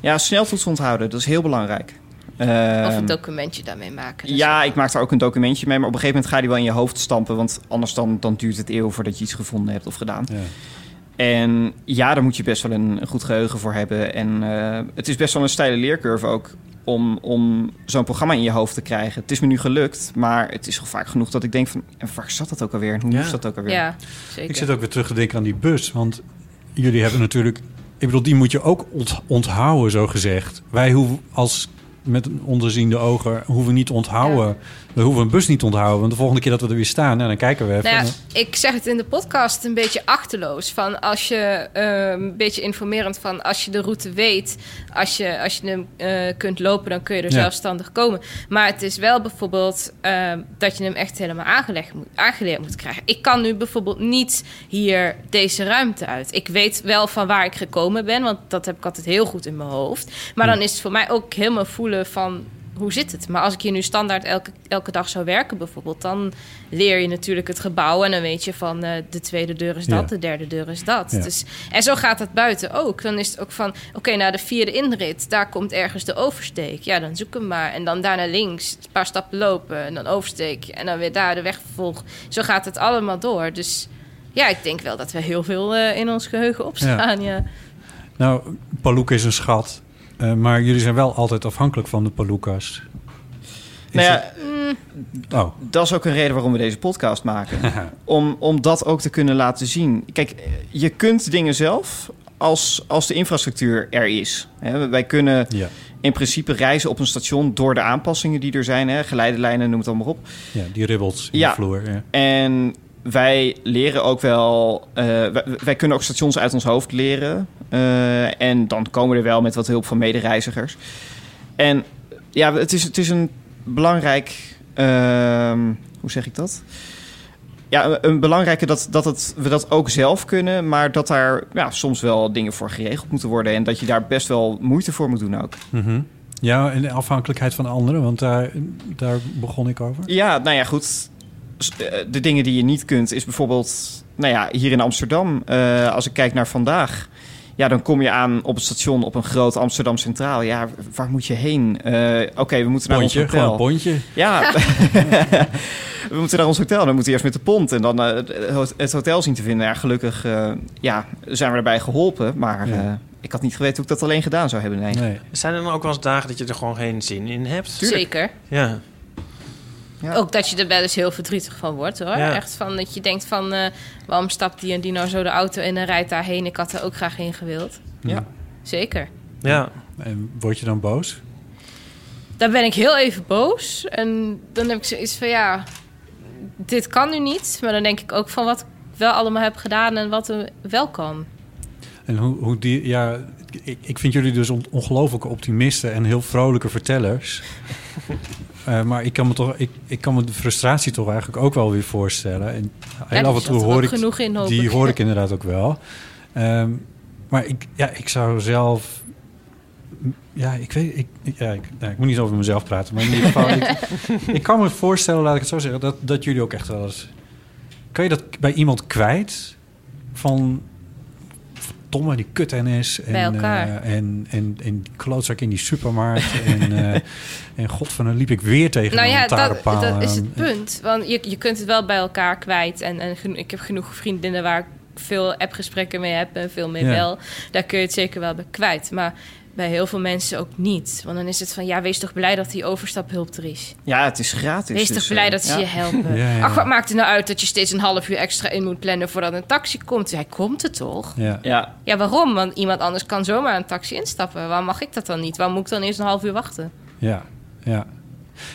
[SPEAKER 5] Ja, sneltoets onthouden, dat is heel belangrijk.
[SPEAKER 4] Of
[SPEAKER 5] Ehm,
[SPEAKER 4] een documentje daarmee maken. dus Dat is
[SPEAKER 5] Ja,
[SPEAKER 4] ook-
[SPEAKER 5] ik maak daar ook een documentje mee. Maar op een gegeven moment ga je die wel in je hoofd stampen. Want anders dan, dan duurt het eeuw voordat je iets gevonden hebt of gedaan.
[SPEAKER 2] Ja.
[SPEAKER 5] En ja, daar moet je best wel een, een goed geheugen voor hebben. En eh, het is best wel een steile leercurve ook. Om, om zo'n programma in je hoofd te krijgen. Het is me nu gelukt, maar het is vaak genoeg dat ik denk van... En waar zat dat ook alweer en hoe
[SPEAKER 1] Ja.
[SPEAKER 5] moest dat ook alweer?
[SPEAKER 4] Ja, zeker.
[SPEAKER 2] Ik
[SPEAKER 5] eh,
[SPEAKER 2] zit ook weer terug te denken aan die bus. Want jullie hebben natuurlijk... Ik bedoel, die moet je ook ont- onthouden, zo gezegd. Wij hoeven als met een onderziende ogen hoeven niet onthouden. We hoeven een bus niet onthouden. Want de volgende keer dat we er weer staan, nou, dan kijken we even.
[SPEAKER 4] Nou ja, ik zeg het in de podcast een beetje achterloos. Van als je eh, een beetje informerend van als je de route weet, als je, als je hem eh, kunt lopen, dan kun je er
[SPEAKER 2] Ja.
[SPEAKER 4] zelfstandig komen. Maar het is wel bijvoorbeeld eh, dat je hem echt helemaal aangelegd moet, aangeleerd moet krijgen. Ik kan nu bijvoorbeeld niet hier deze ruimte uit. Ik weet wel van waar ik gekomen ben, want dat heb ik altijd heel goed in mijn hoofd. Maar dan is het voor mij ook helemaal voelen van hoe zit het? Maar als ik hier nu standaard elke, elke dag zou werken bijvoorbeeld... dan leer je natuurlijk het gebouw en dan weet je van... eh, de tweede deur is dat, dus
[SPEAKER 2] Ja.
[SPEAKER 4] de derde deur is dat.
[SPEAKER 2] Ja.
[SPEAKER 4] Dus, en zo gaat dat buiten ook. Dan is het ook van, oké, naar de vierde inrit... daar komt ergens de oversteek. Ja, dan zoek hem maar. En dan daarna links, een paar stappen lopen en dan oversteek. En dan weer daar de weg vervolg. Zo gaat het allemaal door. Dus ja, ik denk wel dat we heel veel eh, in ons geheugen opstaan, ja.
[SPEAKER 2] Nou, Palooka is een schat. eh, maar jullie zijn wel altijd afhankelijk van de Palookas. Is
[SPEAKER 5] Nou ja,
[SPEAKER 2] het- oh,
[SPEAKER 5] dat is ook een reden waarom we deze podcast maken. om, om dat ook te kunnen laten zien. Kijk, eh, je kunt dingen zelf als, als de infrastructuur er is. Hè, wij kunnen
[SPEAKER 2] ja.
[SPEAKER 5] in principe reizen op een station door de aanpassingen die er zijn. Hè, geleidelijnen, noem het allemaal op.
[SPEAKER 2] ja, die ribbels in
[SPEAKER 5] Ja.
[SPEAKER 2] de vloer. Ja.
[SPEAKER 5] En wij leren ook wel... eh, wij, wij kunnen ook stations uit ons hoofd leren. Eh, en dan komen we er wel met wat hulp van medereizigers. En ja, het is, het is een belangrijk... ehm, hoe zeg ik dat? Ja, een belangrijke dat, dat het, we dat ook zelf kunnen... maar dat daar ja, soms wel dingen voor geregeld moeten worden... en dat je daar best wel moeite voor moet doen ook.
[SPEAKER 2] Mhm. ja, en de afhankelijkheid van anderen, want daar, daar begon ik over.
[SPEAKER 5] Ja, nou ja, goed. S- eh, De dingen die je niet kunt is bijvoorbeeld... Nou ja, hier in Amsterdam, eh, als ik kijk naar vandaag... Ja, dan kom je aan op het station op een groot Amsterdam Centraal. Ja, waar moet je heen? Eh, Oké, we moeten naar
[SPEAKER 2] Pontje,
[SPEAKER 5] ons
[SPEAKER 2] gewoon een
[SPEAKER 5] hotel.
[SPEAKER 2] pontje.
[SPEAKER 5] Ja, we moeten naar ons hotel. Dan moeten we eerst met de pont en dan eh, het- het hotel zien te vinden. Ja, gelukkig eh, ja, zijn we daarbij geholpen. Maar
[SPEAKER 2] Ja.
[SPEAKER 5] eh, ik had niet geweten hoe ik dat alleen gedaan zou hebben. Nee.
[SPEAKER 2] Nee.
[SPEAKER 1] Zijn er dan ook wel eens dagen dat je er gewoon geen zin in hebt?
[SPEAKER 5] Tuurlijk.
[SPEAKER 4] Zeker.
[SPEAKER 1] Ja.
[SPEAKER 5] Ja.
[SPEAKER 4] Ook dat je er wel eens heel verdrietig van wordt hoor.
[SPEAKER 1] Ja.
[SPEAKER 4] Echt van dat je denkt van eh, waarom stapt die en die nou zo de auto in en rijdt daarheen? Ik had er ook graag heen gewild.
[SPEAKER 5] Ja.
[SPEAKER 4] Zeker.
[SPEAKER 1] Ja.
[SPEAKER 2] En word je dan boos?
[SPEAKER 4] Daar ben ik heel even boos. En dan heb ik zoiets van ja, dit kan nu niet. Maar dan denk ik ook van wat ik wel allemaal heb gedaan en wat er wel kan.
[SPEAKER 2] En hoe, hoe die, ja, ik, ik vind jullie dus on- ongelooflijke optimisten en heel vrolijke vertellers. Eh, maar ik kan, me toch, ik, ik kan me de frustratie toch eigenlijk ook wel weer voorstellen. En heel
[SPEAKER 4] Ja,
[SPEAKER 2] af
[SPEAKER 4] er
[SPEAKER 2] en
[SPEAKER 4] zat
[SPEAKER 2] toe
[SPEAKER 4] er
[SPEAKER 2] hoor
[SPEAKER 4] ook
[SPEAKER 2] ik,
[SPEAKER 4] genoeg in, hoop
[SPEAKER 2] die
[SPEAKER 4] ik.
[SPEAKER 2] hoor ik inderdaad ook wel. Ehm, maar ik, ja, ik zou zelf... Ja, ik weet... Ik, ik- ja, ik, nou, ik moet niet over mezelf praten, maar in ieder geval... ik, ik kan me voorstellen, laat ik het zo zeggen, dat, dat jullie ook echt wel eens... Kan je dat bij iemand kwijt? Van... Verdomme, die kut NS. En,
[SPEAKER 4] Bij elkaar.
[SPEAKER 2] eh, en, en, en die klootzak in die supermarkt. en, eh en god van, dan liep ik weer tegen
[SPEAKER 4] Nou
[SPEAKER 2] een
[SPEAKER 4] ja, dat,
[SPEAKER 2] lantaarnpaal
[SPEAKER 4] dat is
[SPEAKER 2] aan.
[SPEAKER 4] het punt. Want je, je kunt het wel bij elkaar kwijt. En, en geno- ik heb genoeg vriendinnen waar ik veel appgesprekken mee heb en veel mee
[SPEAKER 2] Ja.
[SPEAKER 4] wel. Daar kun je het zeker wel bij kwijt. Maar bij heel veel mensen ook niet. Want dan is het van, ja, wees toch blij dat die overstaphulp er is.
[SPEAKER 5] Ja, het is gratis.
[SPEAKER 4] Wees
[SPEAKER 5] dus,
[SPEAKER 4] toch blij
[SPEAKER 5] eh,
[SPEAKER 4] dat ze
[SPEAKER 5] ja.
[SPEAKER 4] je helpen.
[SPEAKER 2] Ja, ja, ja.
[SPEAKER 4] Ach, wat maakt het nou uit dat je steeds een half uur extra in moet plannen voordat een taxi komt? Hij komt er toch?
[SPEAKER 2] Ja.
[SPEAKER 5] Ja,
[SPEAKER 4] Ja, waarom? Want iemand anders kan zomaar een taxi instappen. Waarom mag ik dat dan niet? Waarom moet ik dan eerst een half uur wachten?
[SPEAKER 2] Ja, ja.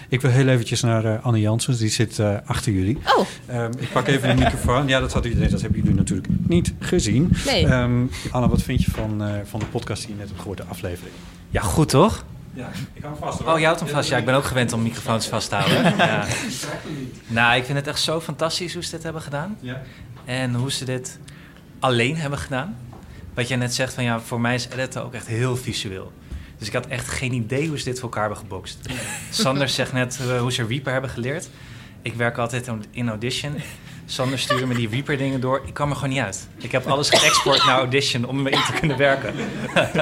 [SPEAKER 2] Ik wil heel eventjes naar eh, Anne Janssens, die zit eh, achter jullie.
[SPEAKER 4] Oh,
[SPEAKER 2] Ehm, ik pak even de microfoon. Ja, dat, had, u- nee, dat hebben jullie natuurlijk niet gezien.
[SPEAKER 4] Nee.
[SPEAKER 2] Ehm, Anne, wat vind je van, eh, van de podcast die je net hebt gehoord, de aflevering?
[SPEAKER 6] Ja, goed toch?
[SPEAKER 2] Ja, ik hou vast.
[SPEAKER 6] Oh, jij houdt hem vast. Ja, ik ben ook gewend om microfoons vast te houden. Ja. Nou, ik vind het echt zo fantastisch hoe ze dit hebben gedaan.
[SPEAKER 2] Ja.
[SPEAKER 6] En hoe ze dit alleen hebben gedaan. Wat jij net zegt, van ja, voor mij is editen ook echt heel visueel. Dus ik had echt geen idee hoe ze dit voor elkaar hebben gebokst. Sander zegt net eh, hoe ze Reaper hebben geleerd. Ik werk altijd in Audition. Sander stuurde me die Reaper dingen door. Ik kwam er gewoon niet uit. Ik heb alles geëxport naar Audition om ermee in te kunnen werken.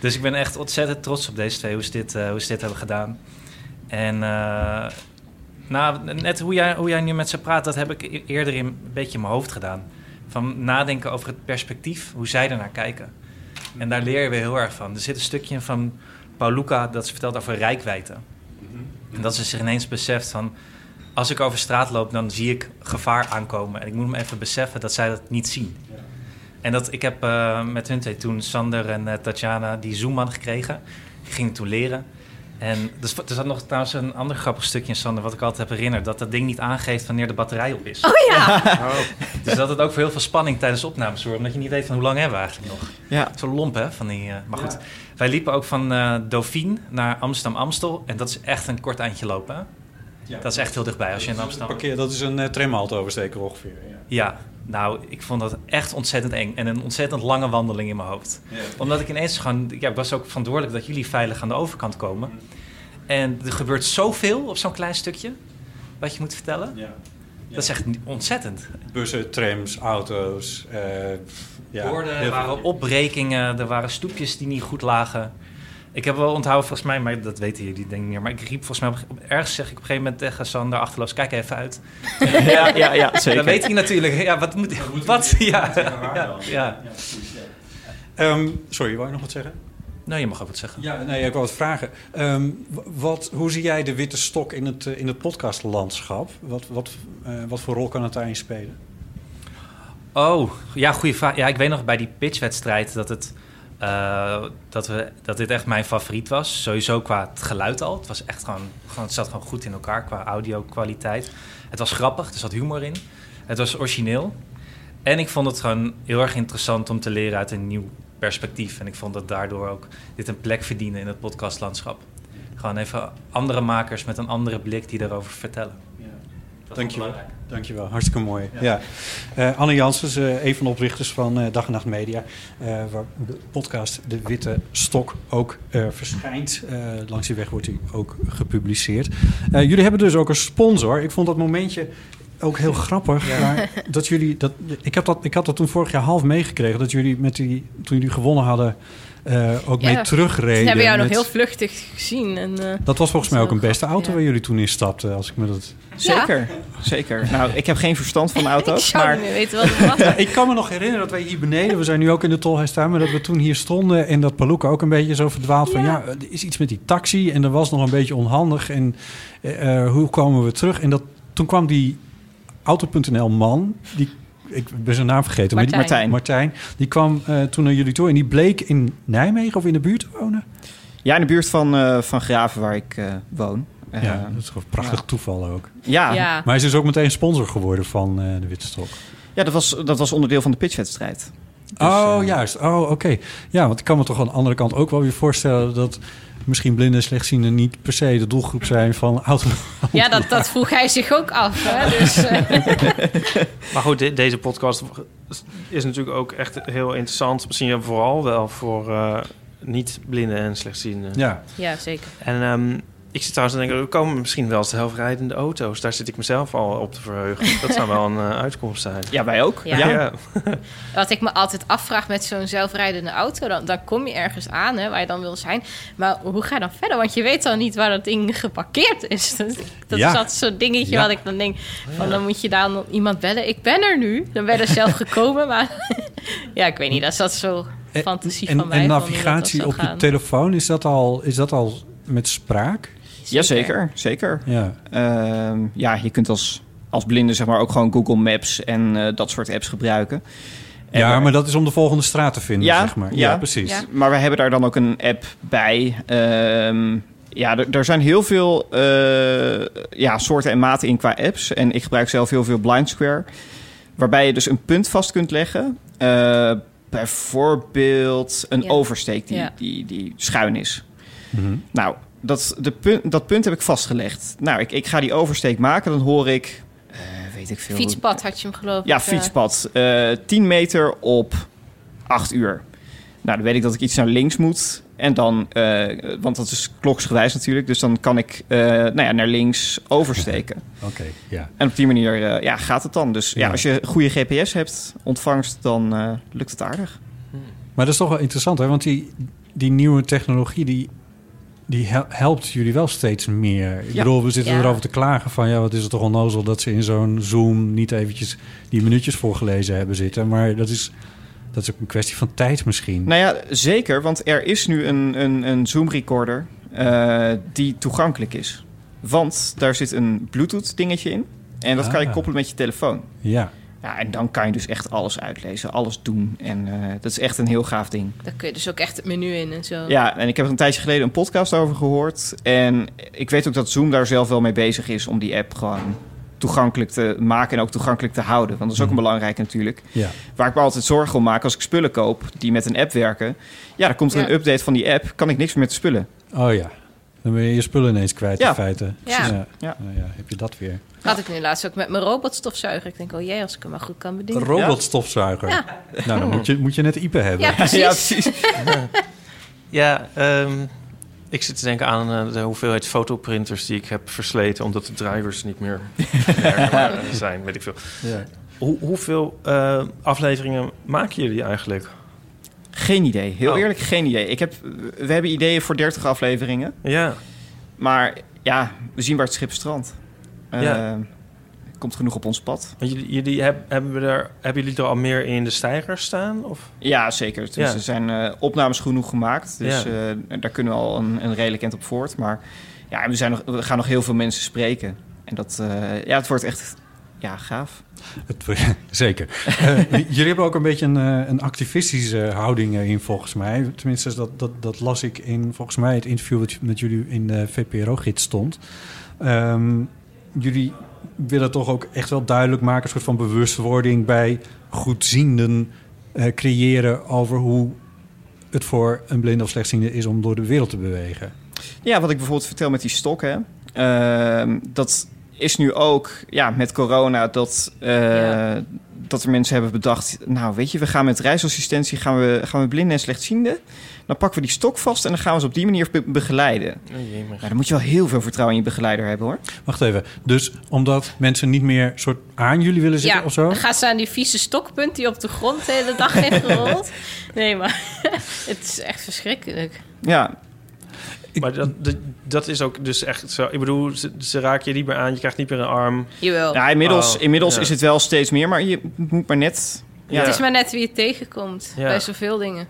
[SPEAKER 6] dus ik ben echt ontzettend trots op deze twee, hoe ze dit, eh, hoe ze dit hebben gedaan. En eh, nou, net hoe jij, hoe jij nu met ze praat, dat heb ik e- eerder in, een beetje in mijn hoofd gedaan. Van nadenken over het perspectief, hoe zij ernaar kijken. En daar leer je weer heel erg van. Er zit een stukje in van Pauluca dat ze vertelt over rijkwijde. En dat ze zich ineens beseft van... als ik over straat loop, dan zie ik gevaar aankomen. En ik moet me even beseffen dat zij dat niet zien. En dat, ik heb eh, met hun twee toen, Sander en eh, Tatjana, die Zoomman gekregen. Die gingen toen leren. En er zat- er zat nog trouwens een ander grappig stukje in Sander... wat ik altijd heb herinnerd. Dat dat ding niet aangeeft wanneer de batterij op is.
[SPEAKER 4] oh ja!
[SPEAKER 6] Dus dat het ook voor heel veel spanning tijdens opnames zorgt. Omdat je niet weet van hoe lang hebben we eigenlijk nog.
[SPEAKER 5] Ja.
[SPEAKER 6] Zo lomp, hè? Van die, eh, maar goed. Wij liepen ook van eh Dauphine naar Amsterdam-Amstel. En dat is echt een kort eindje lopen. hè? Dat is echt heel dichtbij als je in Amsterdam...
[SPEAKER 2] Parkeer, dat is dus een tramhalte oversteken ongeveer. Ja.
[SPEAKER 6] Ja, nou, ik vond dat echt ontzettend eng. En een ontzettend lange wandeling in mijn hoofd. Omdat ik ineens gewoon... Ja, ik was ook verantwoordelijk dat jullie veilig aan de overkant komen. En er gebeurt zoveel op zo'n klein stukje. Wat je moet vertellen. Dat is echt ontzettend.
[SPEAKER 2] Bussen, trams, auto's. eh, ja,
[SPEAKER 6] Borden,
[SPEAKER 2] heel
[SPEAKER 6] er
[SPEAKER 2] veel.
[SPEAKER 6] waren opbrekingen, er waren stoepjes die niet goed lagen. Ik heb wel onthouden, volgens mij, maar dat weten jullie denk ik niet meer. Maar ik riep volgens mij, op- op, ergens zeg ik op een gegeven moment tegen Sander achterloos, kijk even uit.
[SPEAKER 5] ja, ja, ja, zeker.
[SPEAKER 6] Dan weet hij natuurlijk, ja, wat moet, wat, ja, ja, ja.
[SPEAKER 2] Ehm, sorry, wou je nog wat zeggen?
[SPEAKER 6] Nou, je mag ook wat zeggen.
[SPEAKER 2] Ja, nee, ik wou wat vragen. Ehm, w- wat, hoe zie jij de witte stok in het, eh, in het podcastlandschap? Wat, wat, eh, wat voor rol kan het daarin spelen?
[SPEAKER 6] Oh, ja, goede vraag. Ja, ik weet nog bij die pitchwedstrijd dat het. eh, dat, we, dat dit echt mijn favoriet was. Sowieso qua het geluid al. Het, was echt gewoon, gewoon, het zat gewoon goed in elkaar qua audio-kwaliteit. Het was grappig, er zat humor in. Het was origineel. En ik vond het gewoon heel erg interessant om te leren uit een nieuw perspectief. En ik vond dat daardoor ook dit een plek verdienen in het podcastlandschap. Gewoon even andere makers met een andere blik die daarover vertellen. Dat vond ik
[SPEAKER 2] Dankjewel.
[SPEAKER 6] belangrijk.
[SPEAKER 2] Dankjewel, hartstikke mooi. Ja. Eh, Anne Janssens, eh, een van de oprichters van eh, Dag en Nacht Media, eh, waar de podcast De Witte Stok ook eh, verschijnt. Eh, langs die weg wordt hij ook gepubliceerd. Eh, jullie hebben dus ook een sponsor. Ik vond dat momentje ook heel grappig. Maar dat jullie dat, ik, heb dat, ik had dat toen vorig jaar half meegekregen. Dat jullie met die, toen jullie gewonnen hadden, eh, ook
[SPEAKER 4] Ja.
[SPEAKER 2] mee terugreden.
[SPEAKER 4] Toen hebben we jou nog
[SPEAKER 2] met-
[SPEAKER 4] heel vluchtig gezien. En, eh,
[SPEAKER 2] Dat was volgens mij ook een beste auto
[SPEAKER 4] Ja.
[SPEAKER 2] waar jullie toen in stapten. Als ik me dat...
[SPEAKER 5] Zeker, zeker. Nou, ik heb geen verstand van
[SPEAKER 4] ik
[SPEAKER 5] auto's,
[SPEAKER 4] zou
[SPEAKER 5] maar
[SPEAKER 4] niet meer weten wat het was.
[SPEAKER 2] Ja, ik kan me nog herinneren dat wij hier beneden, we zijn nu ook in de tolhuis staan, maar dat we toen hier stonden en dat Paluca ook een beetje zo verdwaald van ja, er is iets met die taxi en dat was nog een beetje onhandig en eh, eh, hoe komen we terug? En dat, toen kwam die auto.nl man, die, ik ben zijn naam vergeten, maar die-
[SPEAKER 4] Martijn.
[SPEAKER 5] Martijn.
[SPEAKER 2] Martijn, die kwam eh, toen naar jullie toe en die bleek in Nijmegen of in de buurt te wonen.
[SPEAKER 5] Ja, in de buurt van, eh, van Graven waar ik eh, woon. Eh,
[SPEAKER 2] ja, dat is gewoon een prachtig toeval ook.
[SPEAKER 5] ja, ja.
[SPEAKER 4] Ja.
[SPEAKER 2] Maar hij is dus ook meteen sponsor geworden van eh, de Witte Stok.
[SPEAKER 5] dat, was, dat was onderdeel van de pitchwedstrijd.
[SPEAKER 2] oh,
[SPEAKER 5] eh,
[SPEAKER 2] juist. Oh, oké. Ja, want ik kan me toch aan de andere kant ook wel weer voorstellen dat misschien blinden en slechtzienden niet per se de doelgroep zijn van auto.
[SPEAKER 4] Ja, dat, dat vroeg hij zich ook af. Hè? Dus, eh,
[SPEAKER 1] Maar goed, de- deze podcast is natuurlijk ook echt heel interessant. Misschien vooral wel voor eh, niet-blinden en slechtzienden.
[SPEAKER 2] Ja.
[SPEAKER 4] ja, zeker.
[SPEAKER 1] En ehm, ik zit trouwens te denken, er komen misschien wel zelfrijdende auto's. Daar zit ik mezelf al op te verheugen. Dat zou wel een eh, uitkomst zijn.
[SPEAKER 5] Ja, wij ook.
[SPEAKER 4] Ja.
[SPEAKER 5] Ja.
[SPEAKER 4] Wat ik me altijd afvraag met zo'n zelfrijdende auto, dan, dan kom je ergens aan hè, waar je dan wil zijn. Maar hoe ga je dan verder? Want je weet dan niet waar dat ding geparkeerd is. Dat, dat
[SPEAKER 2] Ja.
[SPEAKER 4] is altijd zo'n dingetje
[SPEAKER 2] Ja.
[SPEAKER 4] wat ik dan denk, van, dan moet je dan iemand bellen. Ik ben er nu. Dan ben je er zelf gekomen. Maar ja, ik weet niet, dat is dat zo fantasie
[SPEAKER 2] en,
[SPEAKER 4] van mij.
[SPEAKER 2] en
[SPEAKER 4] van hoe dat
[SPEAKER 2] navigatie
[SPEAKER 4] dan
[SPEAKER 2] op
[SPEAKER 4] zou
[SPEAKER 2] je
[SPEAKER 4] gaan.
[SPEAKER 2] telefoon, is dat al, is dat al met spraak?
[SPEAKER 5] Jazeker, zeker.
[SPEAKER 2] Ja.
[SPEAKER 5] Ehm, ja, je kunt als, als blinde zeg maar ook gewoon Google Maps en eh, dat soort apps gebruiken. En
[SPEAKER 2] ja,
[SPEAKER 5] waar-
[SPEAKER 2] maar dat is om de volgende straat te vinden,
[SPEAKER 5] Ja,
[SPEAKER 2] zeg maar.
[SPEAKER 5] ja.
[SPEAKER 2] precies.
[SPEAKER 4] Ja.
[SPEAKER 5] Maar we hebben daar dan ook een app bij. Ehm, ja, er- er zijn heel veel eh, ja, soorten en maten in qua apps. En ik gebruik zelf heel veel Blind Square. Waarbij je dus een punt vast kunt leggen. Eh, bijvoorbeeld een
[SPEAKER 4] Ja.
[SPEAKER 5] oversteek die,
[SPEAKER 4] Ja.
[SPEAKER 5] die, die schuin is.
[SPEAKER 2] Mhm.
[SPEAKER 5] Nou, dat, de punt, dat punt heb ik vastgelegd. Nou, ik, ik ga die oversteek maken. Dan hoor ik, eh, weet ik veel...
[SPEAKER 4] Fietspad had je hem geloof ik.
[SPEAKER 5] Ja,
[SPEAKER 4] eh,
[SPEAKER 5] fietspad. Eh 10 meter op 8 uur. Nou, dan weet ik dat ik iets naar links moet. En dan, eh, want dat is kloksgewijs natuurlijk. Dus dan kan ik eh, nou ja, naar links oversteken.
[SPEAKER 2] Oké, ja.
[SPEAKER 5] En op die manier eh, ja, gaat het dan. Dus ja.
[SPEAKER 2] Ja.
[SPEAKER 5] als je goede GPS hebt, ontvangst, dan eh, lukt het aardig.
[SPEAKER 2] Maar dat is toch wel interessant, hè? Want die, die nieuwe technologie, die, die hel- helpt jullie wel steeds meer. Ik
[SPEAKER 5] Ja.
[SPEAKER 2] bedoel, we zitten
[SPEAKER 4] Ja.
[SPEAKER 2] erover te klagen van... ja, wat is het toch onnozel dat ze in zo'n Zoom... niet eventjes die minuutjes voorgelezen hebben zitten. Maar dat is, dat is ook een kwestie van tijd misschien.
[SPEAKER 5] Nou ja, zeker, want er is nu een, een, een Zoom-recorder eh, die toegankelijk is. Want daar zit een Bluetooth-dingetje in. En dat kan je
[SPEAKER 2] Ah.
[SPEAKER 5] koppelen met je telefoon.
[SPEAKER 2] Ja,
[SPEAKER 5] Ja, en dan kan je dus echt alles uitlezen, alles doen. En eh, dat is echt een heel gaaf ding.
[SPEAKER 4] Daar kun je dus ook echt het menu in en zo.
[SPEAKER 5] Ja, en ik heb er een tijdje geleden een podcast over gehoord. En ik weet ook dat Zoom daar zelf wel mee bezig is om die app gewoon toegankelijk te maken en ook toegankelijk te houden. Want dat is ook een belangrijke natuurlijk.
[SPEAKER 2] ja.
[SPEAKER 5] Waar ik me altijd zorgen om maak als ik spullen koop die met een app werken. Ja, dan komt er
[SPEAKER 4] Ja.
[SPEAKER 5] een update van die app, kan ik niks meer met de spullen.
[SPEAKER 2] Oh ja. Dan ben je je spullen ineens kwijt in
[SPEAKER 5] Ja.
[SPEAKER 2] feite.
[SPEAKER 4] Ja.
[SPEAKER 5] Ja.
[SPEAKER 2] Nou ja, heb je dat weer.
[SPEAKER 4] Had ik nu laatst ook met mijn robotstofzuiger. Ik denk, oh jee, als ik hem maar goed kan
[SPEAKER 2] Een
[SPEAKER 4] bedienen.
[SPEAKER 2] robotstofzuiger.
[SPEAKER 4] Ja.
[SPEAKER 2] Nou, dan moet je, moet je net IPE hebben.
[SPEAKER 4] Ja, precies.
[SPEAKER 1] Ja, ehm, ik zit te denken aan eh, de hoeveelheid fotoprinters die ik heb versleten... omdat de drivers niet meer werkbaar zijn, weet ik veel.
[SPEAKER 2] Ja.
[SPEAKER 1] Hoe, hoeveel eh, afleveringen maken jullie eigenlijk?
[SPEAKER 5] Geen idee, heel
[SPEAKER 1] Oh.
[SPEAKER 5] eerlijk geen idee. Ik heb, we hebben ideeën voor 30 afleveringen.
[SPEAKER 1] Ja,
[SPEAKER 5] Maar ja, we zien waar het schip strandt. Eh,
[SPEAKER 1] Ja.
[SPEAKER 5] Komt genoeg op ons pad.
[SPEAKER 1] want jullie, jullie heb- hebben, we daar, hebben jullie er al meer in de stijger staan? Of?
[SPEAKER 5] Ja, zeker. Dus
[SPEAKER 1] Ja.
[SPEAKER 5] er zijn eh, opnames genoeg gemaakt. Dus
[SPEAKER 1] Ja.
[SPEAKER 5] eh, daar kunnen we al een, een redelijk eind op voort. Maar ja, we, zijn nog, we gaan nog heel veel mensen spreken. En dat, eh, ja, het wordt echt ja, gaaf.
[SPEAKER 2] Het, wordt- zeker. Eh, jullie hebben ook een beetje een, eh, een activistische houding eh, in, volgens mij. Tenminste, dat, dat, dat las ik in, volgens mij, het interview wat met jullie in de VPRO-gids stond. Ehm, jullie willen toch ook echt wel duidelijk maken, een soort van bewustwording bij goedzienden eh, creëren over hoe het voor een blinde of slechtziende is om door de wereld te bewegen.
[SPEAKER 5] Ja, wat ik bijvoorbeeld vertel met die stok, hè. Ehm, dat is nu ook ja, met corona dat eh, dat er mensen hebben bedacht... nou, weet je, we gaan met reisassistentie gaan we, gaan we blinden en slechtzienden. Dan pakken we die stok vast en dan gaan we ze op die manier be- begeleiden.
[SPEAKER 1] Oh, jee, maar-
[SPEAKER 5] Nou, dan moet je wel heel veel vertrouwen in je begeleider hebben, hoor.
[SPEAKER 2] Wacht even. Dus omdat mensen niet meer soort aan jullie willen zitten
[SPEAKER 4] Ja,
[SPEAKER 2] of zo?
[SPEAKER 4] dan gaat ze aan die vieze stokpunt die op de grond de hele dag heeft gerold. Nee, maar het is echt verschrikkelijk.
[SPEAKER 5] Ja,
[SPEAKER 1] Maar dat, dat, dat is ook dus echt zo. Ik bedoel, ze, ze raken je niet meer aan. Je krijgt niet meer een arm.
[SPEAKER 4] Jawel.
[SPEAKER 5] ja inmiddels,
[SPEAKER 1] Oh,
[SPEAKER 5] inmiddels
[SPEAKER 1] ja.
[SPEAKER 5] is het wel steeds meer, maar je moet maar net... Ja.
[SPEAKER 4] Het is maar net wie je tegenkomt
[SPEAKER 1] Ja.
[SPEAKER 4] bij zoveel dingen.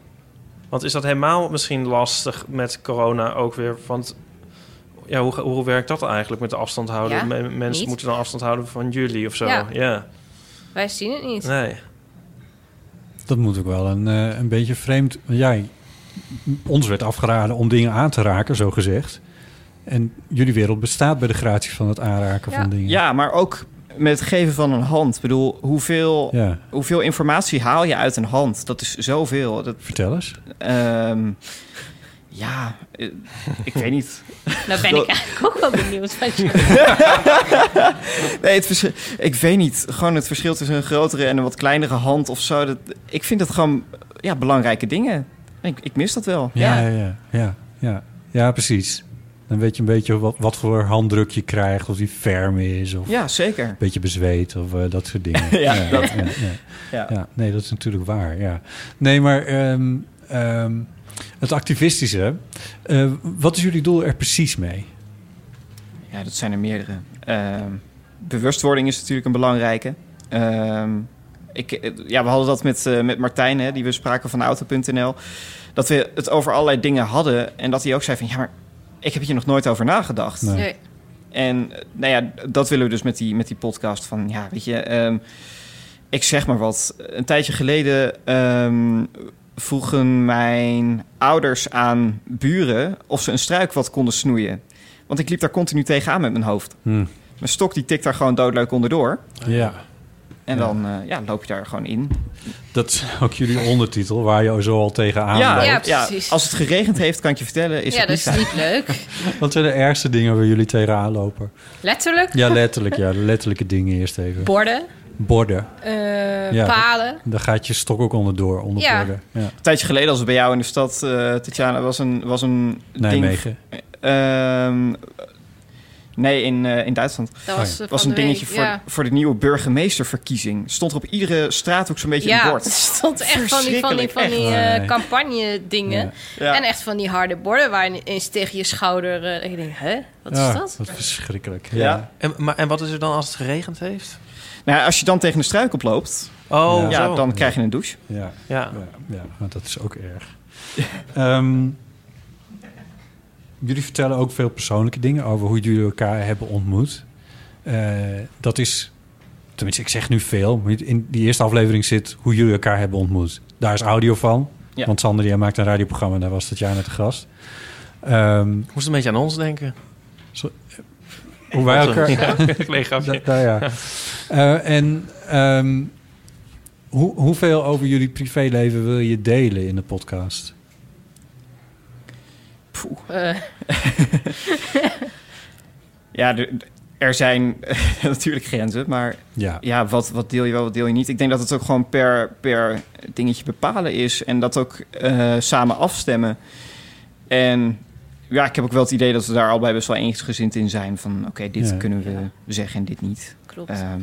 [SPEAKER 1] Want is dat helemaal misschien lastig met corona ook weer? Want ja, hoe, hoe werkt dat eigenlijk met de afstand houden?
[SPEAKER 4] Ja,
[SPEAKER 1] Men- Mensen
[SPEAKER 4] niet.
[SPEAKER 1] moeten dan afstand houden van jullie of zo.
[SPEAKER 4] Ja.
[SPEAKER 1] Ja,
[SPEAKER 4] Wij zien het niet.
[SPEAKER 1] nee.
[SPEAKER 2] Dat moet ook wel een, eh, een beetje vreemd. Want jij, ons werd afgeraden om dingen aan te raken, zo gezegd. En jullie wereld bestaat bij de gratie van het aanraken
[SPEAKER 4] Ja.
[SPEAKER 2] van dingen.
[SPEAKER 5] ja, maar ook met het geven van een hand. Ik bedoel, hoeveel,
[SPEAKER 2] Ja,
[SPEAKER 5] hoeveel informatie haal je uit een hand? Dat is zoveel. Dat,
[SPEAKER 2] vertel eens.
[SPEAKER 5] ehm, ja, eh, ik weet niet.
[SPEAKER 4] Nou ben ik eigenlijk ook wel benieuwd wat je
[SPEAKER 5] Nee, het verschil, ik weet niet. Gewoon het verschil tussen een grotere en een wat kleinere hand of zo. Dat, ik vind dat gewoon ja, belangrijke dingen. Ik, ik mis dat wel.
[SPEAKER 2] Ja,
[SPEAKER 4] Ja.
[SPEAKER 2] ja, ja, ja, ja. Ja, precies. Dan weet je een beetje wat, wat voor handdruk je krijgt, of die ferm is, of
[SPEAKER 5] Ja, zeker.
[SPEAKER 2] een beetje bezweet, of eh, dat soort dingen.
[SPEAKER 5] Ja, dat-
[SPEAKER 2] ja, ja.
[SPEAKER 5] Ja.
[SPEAKER 2] Ja, nee, dat is natuurlijk waar. Ja. Nee, maar ehm, ehm, het activistische. eh, wat is jullie doel er precies mee?
[SPEAKER 5] Ja, dat zijn er meerdere. Ehm, bewustwording is natuurlijk een belangrijke. Ehm, ik, eh, ja, we hadden dat met, eh, met Martijn, hè, die we spraken van auto.nl. Dat we het over allerlei dingen hadden. En dat hij ook zei van, ja, maar ik heb hier nog nooit over nagedacht.
[SPEAKER 2] Nee.
[SPEAKER 4] Nee.
[SPEAKER 5] En eh, nou ja, dat willen we dus met die, met die podcast. Van ja, weet je, ehm, ik zeg maar wat. Een tijdje geleden ehm, vroegen mijn ouders aan buren of ze een struik wat konden snoeien. Want ik liep daar continu tegenaan met mijn hoofd.
[SPEAKER 2] Hm,
[SPEAKER 5] Mijn stok die tikt daar gewoon doodleuk onderdoor.
[SPEAKER 2] Ja,
[SPEAKER 5] En
[SPEAKER 2] Ja.
[SPEAKER 5] dan eh, ja, loop je daar gewoon in.
[SPEAKER 2] dat is ook jullie ondertitel, waar je zo al tegenaan
[SPEAKER 5] ja,
[SPEAKER 2] loopt.
[SPEAKER 4] Ja, precies.
[SPEAKER 5] als het geregend heeft, kan ik je vertellen, is
[SPEAKER 4] Ja, dus-
[SPEAKER 5] het
[SPEAKER 4] dat
[SPEAKER 5] niet
[SPEAKER 4] is
[SPEAKER 5] fijn.
[SPEAKER 4] niet leuk.
[SPEAKER 2] Wat zijn de ergste dingen waar jullie tegenaan lopen?
[SPEAKER 4] Letterlijk.
[SPEAKER 2] Ja, letterlijk. Ja, de letterlijke dingen eerst even.
[SPEAKER 4] Borden,
[SPEAKER 2] Borden.
[SPEAKER 4] eh,
[SPEAKER 2] Ja.
[SPEAKER 4] palen.
[SPEAKER 2] Daar gaat je stok ook onderdoor, onder
[SPEAKER 4] Ja.
[SPEAKER 2] borden. Ja.
[SPEAKER 5] Een tijdje geleden, als we bij jou in de stad, eh Tatjana, was een, was een ding
[SPEAKER 2] Nijmegen.
[SPEAKER 5] Ehm, nee, in, eh, in Duitsland.
[SPEAKER 2] Oh,
[SPEAKER 4] Dat was, eh,
[SPEAKER 5] Het was
[SPEAKER 4] van
[SPEAKER 5] een
[SPEAKER 4] de
[SPEAKER 5] dingetje
[SPEAKER 4] week,
[SPEAKER 5] voor,
[SPEAKER 4] ja.
[SPEAKER 5] voor de nieuwe burgemeesterverkiezing. Stond er op iedere straathoek zo'n beetje een
[SPEAKER 4] Ja, er
[SPEAKER 5] bord.
[SPEAKER 4] stond echt van die, van die, van die
[SPEAKER 2] Verschrikkelijk, echt.
[SPEAKER 4] eh, campagne-dingen.
[SPEAKER 2] Ja.
[SPEAKER 5] Ja.
[SPEAKER 4] En echt van die harde borden waar eens tegen je schouder... eh, en ik denk, hè, wat is
[SPEAKER 2] Ja,
[SPEAKER 4] dat?
[SPEAKER 2] Ah, Wat verschrikkelijk.
[SPEAKER 5] Ja.
[SPEAKER 2] Ja.
[SPEAKER 1] En, maar, en wat is er dan als het geregend heeft?
[SPEAKER 5] Nou, als je dan tegen de struik oploopt,
[SPEAKER 1] Oh,
[SPEAKER 5] ja,
[SPEAKER 1] ja, zo.
[SPEAKER 5] dan krijg je een douche.
[SPEAKER 2] Ja.
[SPEAKER 1] Ja.
[SPEAKER 2] Ja, ja, maar dat is ook erg. Ehm, jullie vertellen ook veel persoonlijke dingen over hoe jullie elkaar hebben ontmoet. Eh, dat is, tenminste, ik zeg nu veel. maar In die eerste aflevering zit hoe jullie elkaar hebben ontmoet. Daar is audio van.
[SPEAKER 5] Ja.
[SPEAKER 2] Want Sander, jij maakt een radioprogramma en daar was dat jaar net de gast. Ehm,
[SPEAKER 1] Ik moest een beetje aan ons denken.
[SPEAKER 2] hoe wij elkaar...
[SPEAKER 1] Ja, nee, grapje.
[SPEAKER 2] Da- daar, ja. Eh, en ehm, hoe, hoeveel over jullie privéleven wil je delen in de podcast?
[SPEAKER 4] Eh,
[SPEAKER 5] Ja, er, er zijn natuurlijk grenzen, maar
[SPEAKER 2] Ja.
[SPEAKER 5] ja, wat, wat deel je wel, wat deel je niet? Ik denk dat het ook gewoon per, per dingetje bepalen is. En dat ook eh, samen afstemmen. En ja, ik heb ook wel het idee dat we daar allebei best wel eensgezind in zijn. Van oké, dit
[SPEAKER 2] Ja.
[SPEAKER 5] kunnen we zeggen en dit niet.
[SPEAKER 4] klopt.
[SPEAKER 5] Ehm,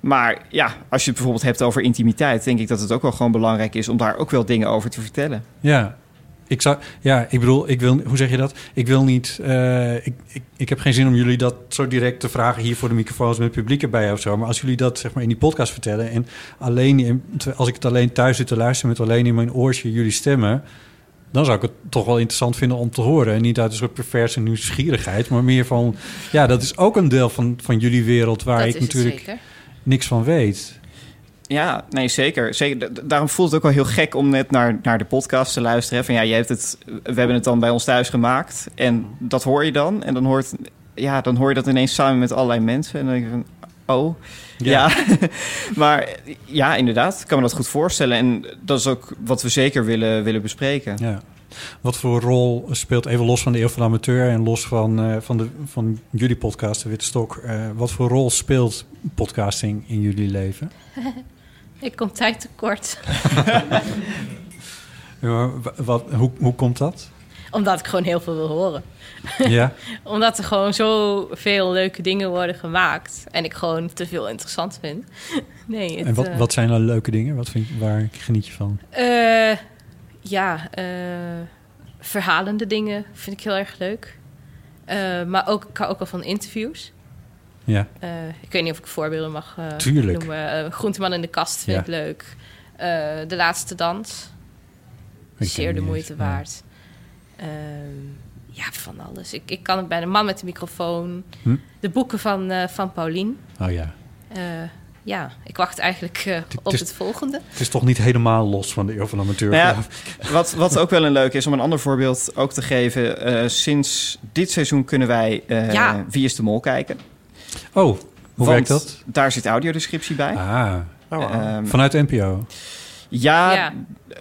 [SPEAKER 5] maar ja, als je het bijvoorbeeld hebt over intimiteit... denk ik dat het ook wel gewoon belangrijk is... om daar ook wel dingen over te vertellen.
[SPEAKER 2] Ja. Ik zou, ja, ik bedoel, ik wil, hoe zeg je dat? Ik wil niet, eh, ik, ik, ik heb geen zin om jullie dat zo direct te vragen hier voor de microfoons met het publiek erbij of zo. Maar als jullie dat zeg maar in die podcast vertellen en alleen, in- als ik het alleen thuis zit te luisteren met alleen in mijn oortje jullie stemmen, dan zou ik het toch wel interessant vinden om te horen. En niet uit een soort perverse nieuwsgierigheid, maar meer van, ja, dat is ook een deel van, van jullie wereld waar
[SPEAKER 4] dat is
[SPEAKER 2] ik
[SPEAKER 4] het
[SPEAKER 2] natuurlijk
[SPEAKER 4] zeker.
[SPEAKER 2] niks van weet.
[SPEAKER 5] Ja, nee, zeker. zeker. Da- da- Daarom voelt het ook wel heel gek om net naar, naar de podcast te luisteren. hè. Van ja, je hebt het, we hebben het dan bij ons thuis gemaakt. En dat hoor je dan. En dan, hoort, ja, dan hoor je dat ineens samen met allerlei mensen. En dan denk je van, oh, ja. maar ja, inderdaad, ik kan me dat goed voorstellen. En dat is ook wat we zeker willen, willen bespreken.
[SPEAKER 2] Ja. Wat voor rol speelt, even los van de Eeuw van de Amateur en los van, eh, van, de, van jullie podcast, de Witte Stok, eh, wat voor rol speelt podcasting in jullie leven?
[SPEAKER 4] Ik kom tijd tekort.
[SPEAKER 2] Ja, maar wa- wat, hoe, hoe komt dat?
[SPEAKER 4] Omdat ik gewoon heel veel wil horen.
[SPEAKER 2] ja.
[SPEAKER 4] Omdat er gewoon zoveel leuke dingen worden gemaakt. En ik gewoon te veel interessant vind. Nee, het,
[SPEAKER 2] En wat,
[SPEAKER 4] eh,
[SPEAKER 2] wat zijn nou leuke dingen? Wat vind, je- waar geniet je van?
[SPEAKER 4] eh, ja, eh, verhalende dingen vind ik heel erg leuk. Eh, maar ook, ik hou ook wel van interviews.
[SPEAKER 2] Ja.
[SPEAKER 4] Eh, ik weet niet of ik voorbeelden mag eh,
[SPEAKER 2] Tuurlijk.
[SPEAKER 4] noemen. Eh, Groenteman in de kast vind
[SPEAKER 2] Ja.
[SPEAKER 4] ik leuk. Eh, de laatste dans.
[SPEAKER 2] ken
[SPEAKER 4] Zeer
[SPEAKER 2] hem
[SPEAKER 4] de
[SPEAKER 2] niet
[SPEAKER 4] moeite
[SPEAKER 2] eens.
[SPEAKER 4] waard. Ehm, ja, van alles. Ik, ik kan het bij de man met de microfoon.
[SPEAKER 2] Hm.
[SPEAKER 4] De boeken van, eh, van Paulien.
[SPEAKER 2] Oh ja.
[SPEAKER 4] Eh, ja, ik wacht eigenlijk eh,
[SPEAKER 2] Dit
[SPEAKER 4] op
[SPEAKER 2] is-
[SPEAKER 4] het volgende.
[SPEAKER 2] Het is toch niet helemaal los van de eeuw van de amateur.
[SPEAKER 5] Nou ja, wat, wat ook wel een leuk is om een ander voorbeeld ook te geven. eh, sinds dit seizoen kunnen wij eh,
[SPEAKER 4] Ja.
[SPEAKER 5] Wie is de Mol kijken.
[SPEAKER 2] Oh, hoe
[SPEAKER 5] Want
[SPEAKER 2] werkt dat?
[SPEAKER 5] Daar zit audiodescriptie bij.
[SPEAKER 2] Ah,
[SPEAKER 5] Ehm, eh,
[SPEAKER 2] vanuit NPO.
[SPEAKER 5] ja, ja,
[SPEAKER 4] Ja.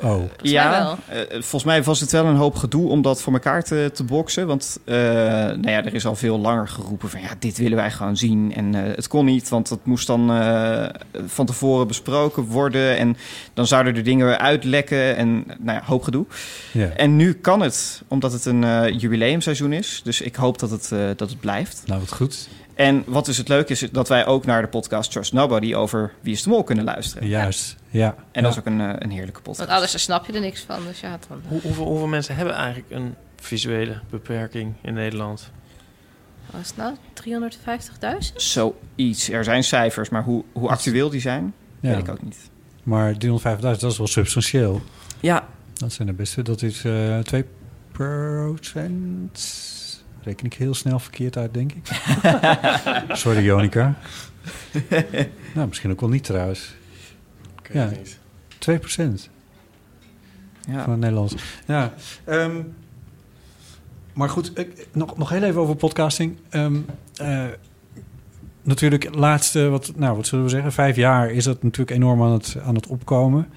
[SPEAKER 2] Oh,
[SPEAKER 4] mij wel.
[SPEAKER 5] eh, volgens mij was het wel een hoop gedoe om dat voor elkaar te, te boksen. Want eh, nou ja, er is al veel langer geroepen van ja, dit willen wij gewoon zien. En eh, het kon niet, want dat moest dan eh, van tevoren besproken worden. En dan zouden er dingen uitlekken en nou ja, hoop gedoe.
[SPEAKER 2] ja.
[SPEAKER 5] En nu kan het, omdat het een eh, jubileumseizoen is. Dus ik hoop dat het, eh, dat het blijft.
[SPEAKER 2] Nou, wat goed.
[SPEAKER 5] En wat dus het leuke is, is dat wij ook naar de podcast Trust Nobody over Wie is de Mol kunnen luisteren.
[SPEAKER 2] Juist, ja. En
[SPEAKER 5] eh, En dat is ook een, eh, een heerlijke podcast.
[SPEAKER 4] Want anders dan snap je er niks van. Dus ja, dan,
[SPEAKER 1] Hoe, hoeveel, hoeveel mensen hebben eigenlijk een visuele beperking in Nederland?
[SPEAKER 4] wat is het nou? 350.000?
[SPEAKER 5] Zoiets. Er zijn cijfers, maar hoe, hoe actueel die zijn, weet ik ook niet.
[SPEAKER 2] Maar 305.000, dat is wel substantieel.
[SPEAKER 5] Ja.
[SPEAKER 2] Dat zijn de beste. Dat is eh 2%. Reken ik heel snel verkeerd uit, denk ik. Sorry, Jonica. nou, misschien ook wel niet trouwens.
[SPEAKER 7] Ik
[SPEAKER 2] Ja. 2% van
[SPEAKER 5] ja.
[SPEAKER 2] het Nederlands. Ja. ehm, maar goed, ik, nog, nog heel even over podcasting. Ehm, eh, natuurlijk, laatste, wat, nou, wat zullen we zeggen, vijf jaar is dat natuurlijk enorm aan het, aan het opkomen.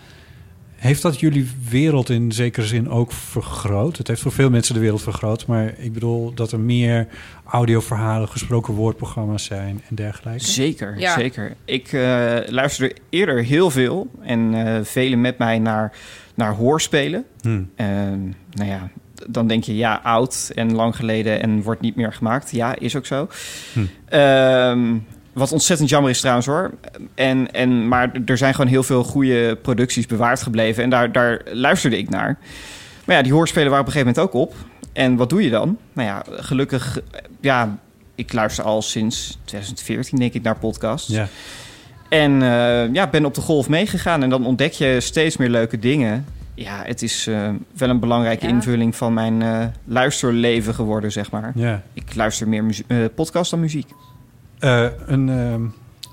[SPEAKER 2] Heeft dat jullie wereld in zekere zin ook vergroot? Het heeft voor veel mensen de wereld vergroot, maar ik bedoel dat er meer audioverhalen, gesproken woordprogramma's zijn en dergelijke.
[SPEAKER 5] Zeker,
[SPEAKER 4] Ja.
[SPEAKER 5] zeker. Ik eh, luisterde eerder heel veel en eh, velen met mij naar, naar hoorspelen.
[SPEAKER 2] Hm.
[SPEAKER 5] Ehm, nou ja, d- dan denk je ja, oud en lang geleden en wordt niet meer gemaakt. Ja, is ook zo.
[SPEAKER 2] Hm.
[SPEAKER 5] Ehm, wat ontzettend jammer is trouwens hoor. En, en, maar d- er zijn gewoon heel veel goede producties bewaard gebleven. En daar, daar luisterde ik naar. Maar ja, die hoorspelen waren op een gegeven moment ook op. En wat doe je dan? Nou ja, gelukkig... eh, Ja, ik luister al sinds 2014 denk ik naar podcasts.
[SPEAKER 2] Ja.
[SPEAKER 5] En eh, ja, ben op de golf meegegaan. En dan ontdek je steeds meer leuke dingen. Ja, het is eh, wel een belangrijke
[SPEAKER 4] Ja.
[SPEAKER 5] invulling van mijn eh, luisterleven geworden, zeg maar.
[SPEAKER 2] ja.
[SPEAKER 5] Ik luister meer muzie- eh, podcast dan muziek.
[SPEAKER 2] Eh, een, ehm,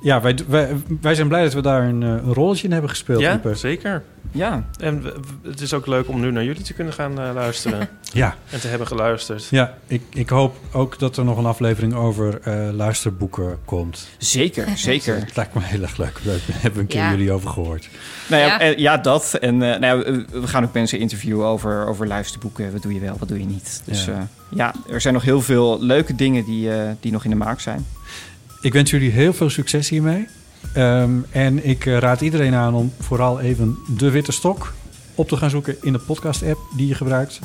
[SPEAKER 2] ja, wij, wij, wij zijn blij dat we daar een, eh, een rolletje in hebben gespeeld.
[SPEAKER 1] Ja,
[SPEAKER 2] Ieper.
[SPEAKER 1] zeker.
[SPEAKER 5] Ja,
[SPEAKER 1] En we- we- het is ook leuk om nu naar jullie te kunnen gaan eh, luisteren.
[SPEAKER 2] ja.
[SPEAKER 1] en te hebben geluisterd.
[SPEAKER 2] ja ik, ik hoop ook dat er nog een aflevering over eh, luisterboeken komt.
[SPEAKER 5] zeker, zeker.
[SPEAKER 2] Het lijkt me heel erg leuk. Daar hebben we een keer
[SPEAKER 4] Ja.
[SPEAKER 2] jullie over gehoord.
[SPEAKER 5] nou ja,
[SPEAKER 4] Ja.
[SPEAKER 5] eh, ja, dat. En eh, nou ja, we- we gaan ook mensen interviewen over, over luisterboeken. Wat doe je wel, wat doe je niet. Dus
[SPEAKER 2] Ja.
[SPEAKER 5] ja, ja er zijn nog heel veel leuke dingen die, eh, die nog in de maak zijn.
[SPEAKER 2] Ik wens jullie heel veel succes hiermee. Ehm, en ik eh, raad iedereen aan om vooral even de witte stok op te gaan zoeken in de podcast-app die je gebruikt.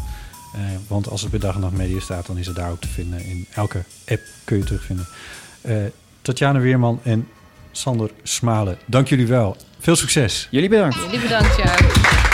[SPEAKER 2] Eh, want als het bij dag en nacht media staat, dan is het daar ook te vinden. In elke app kun je het terugvinden. Eh Tatjana Weerman en Sander Smalen, dank jullie wel. Veel succes.
[SPEAKER 5] Jullie bedankt.
[SPEAKER 4] Jullie bedankt, ja.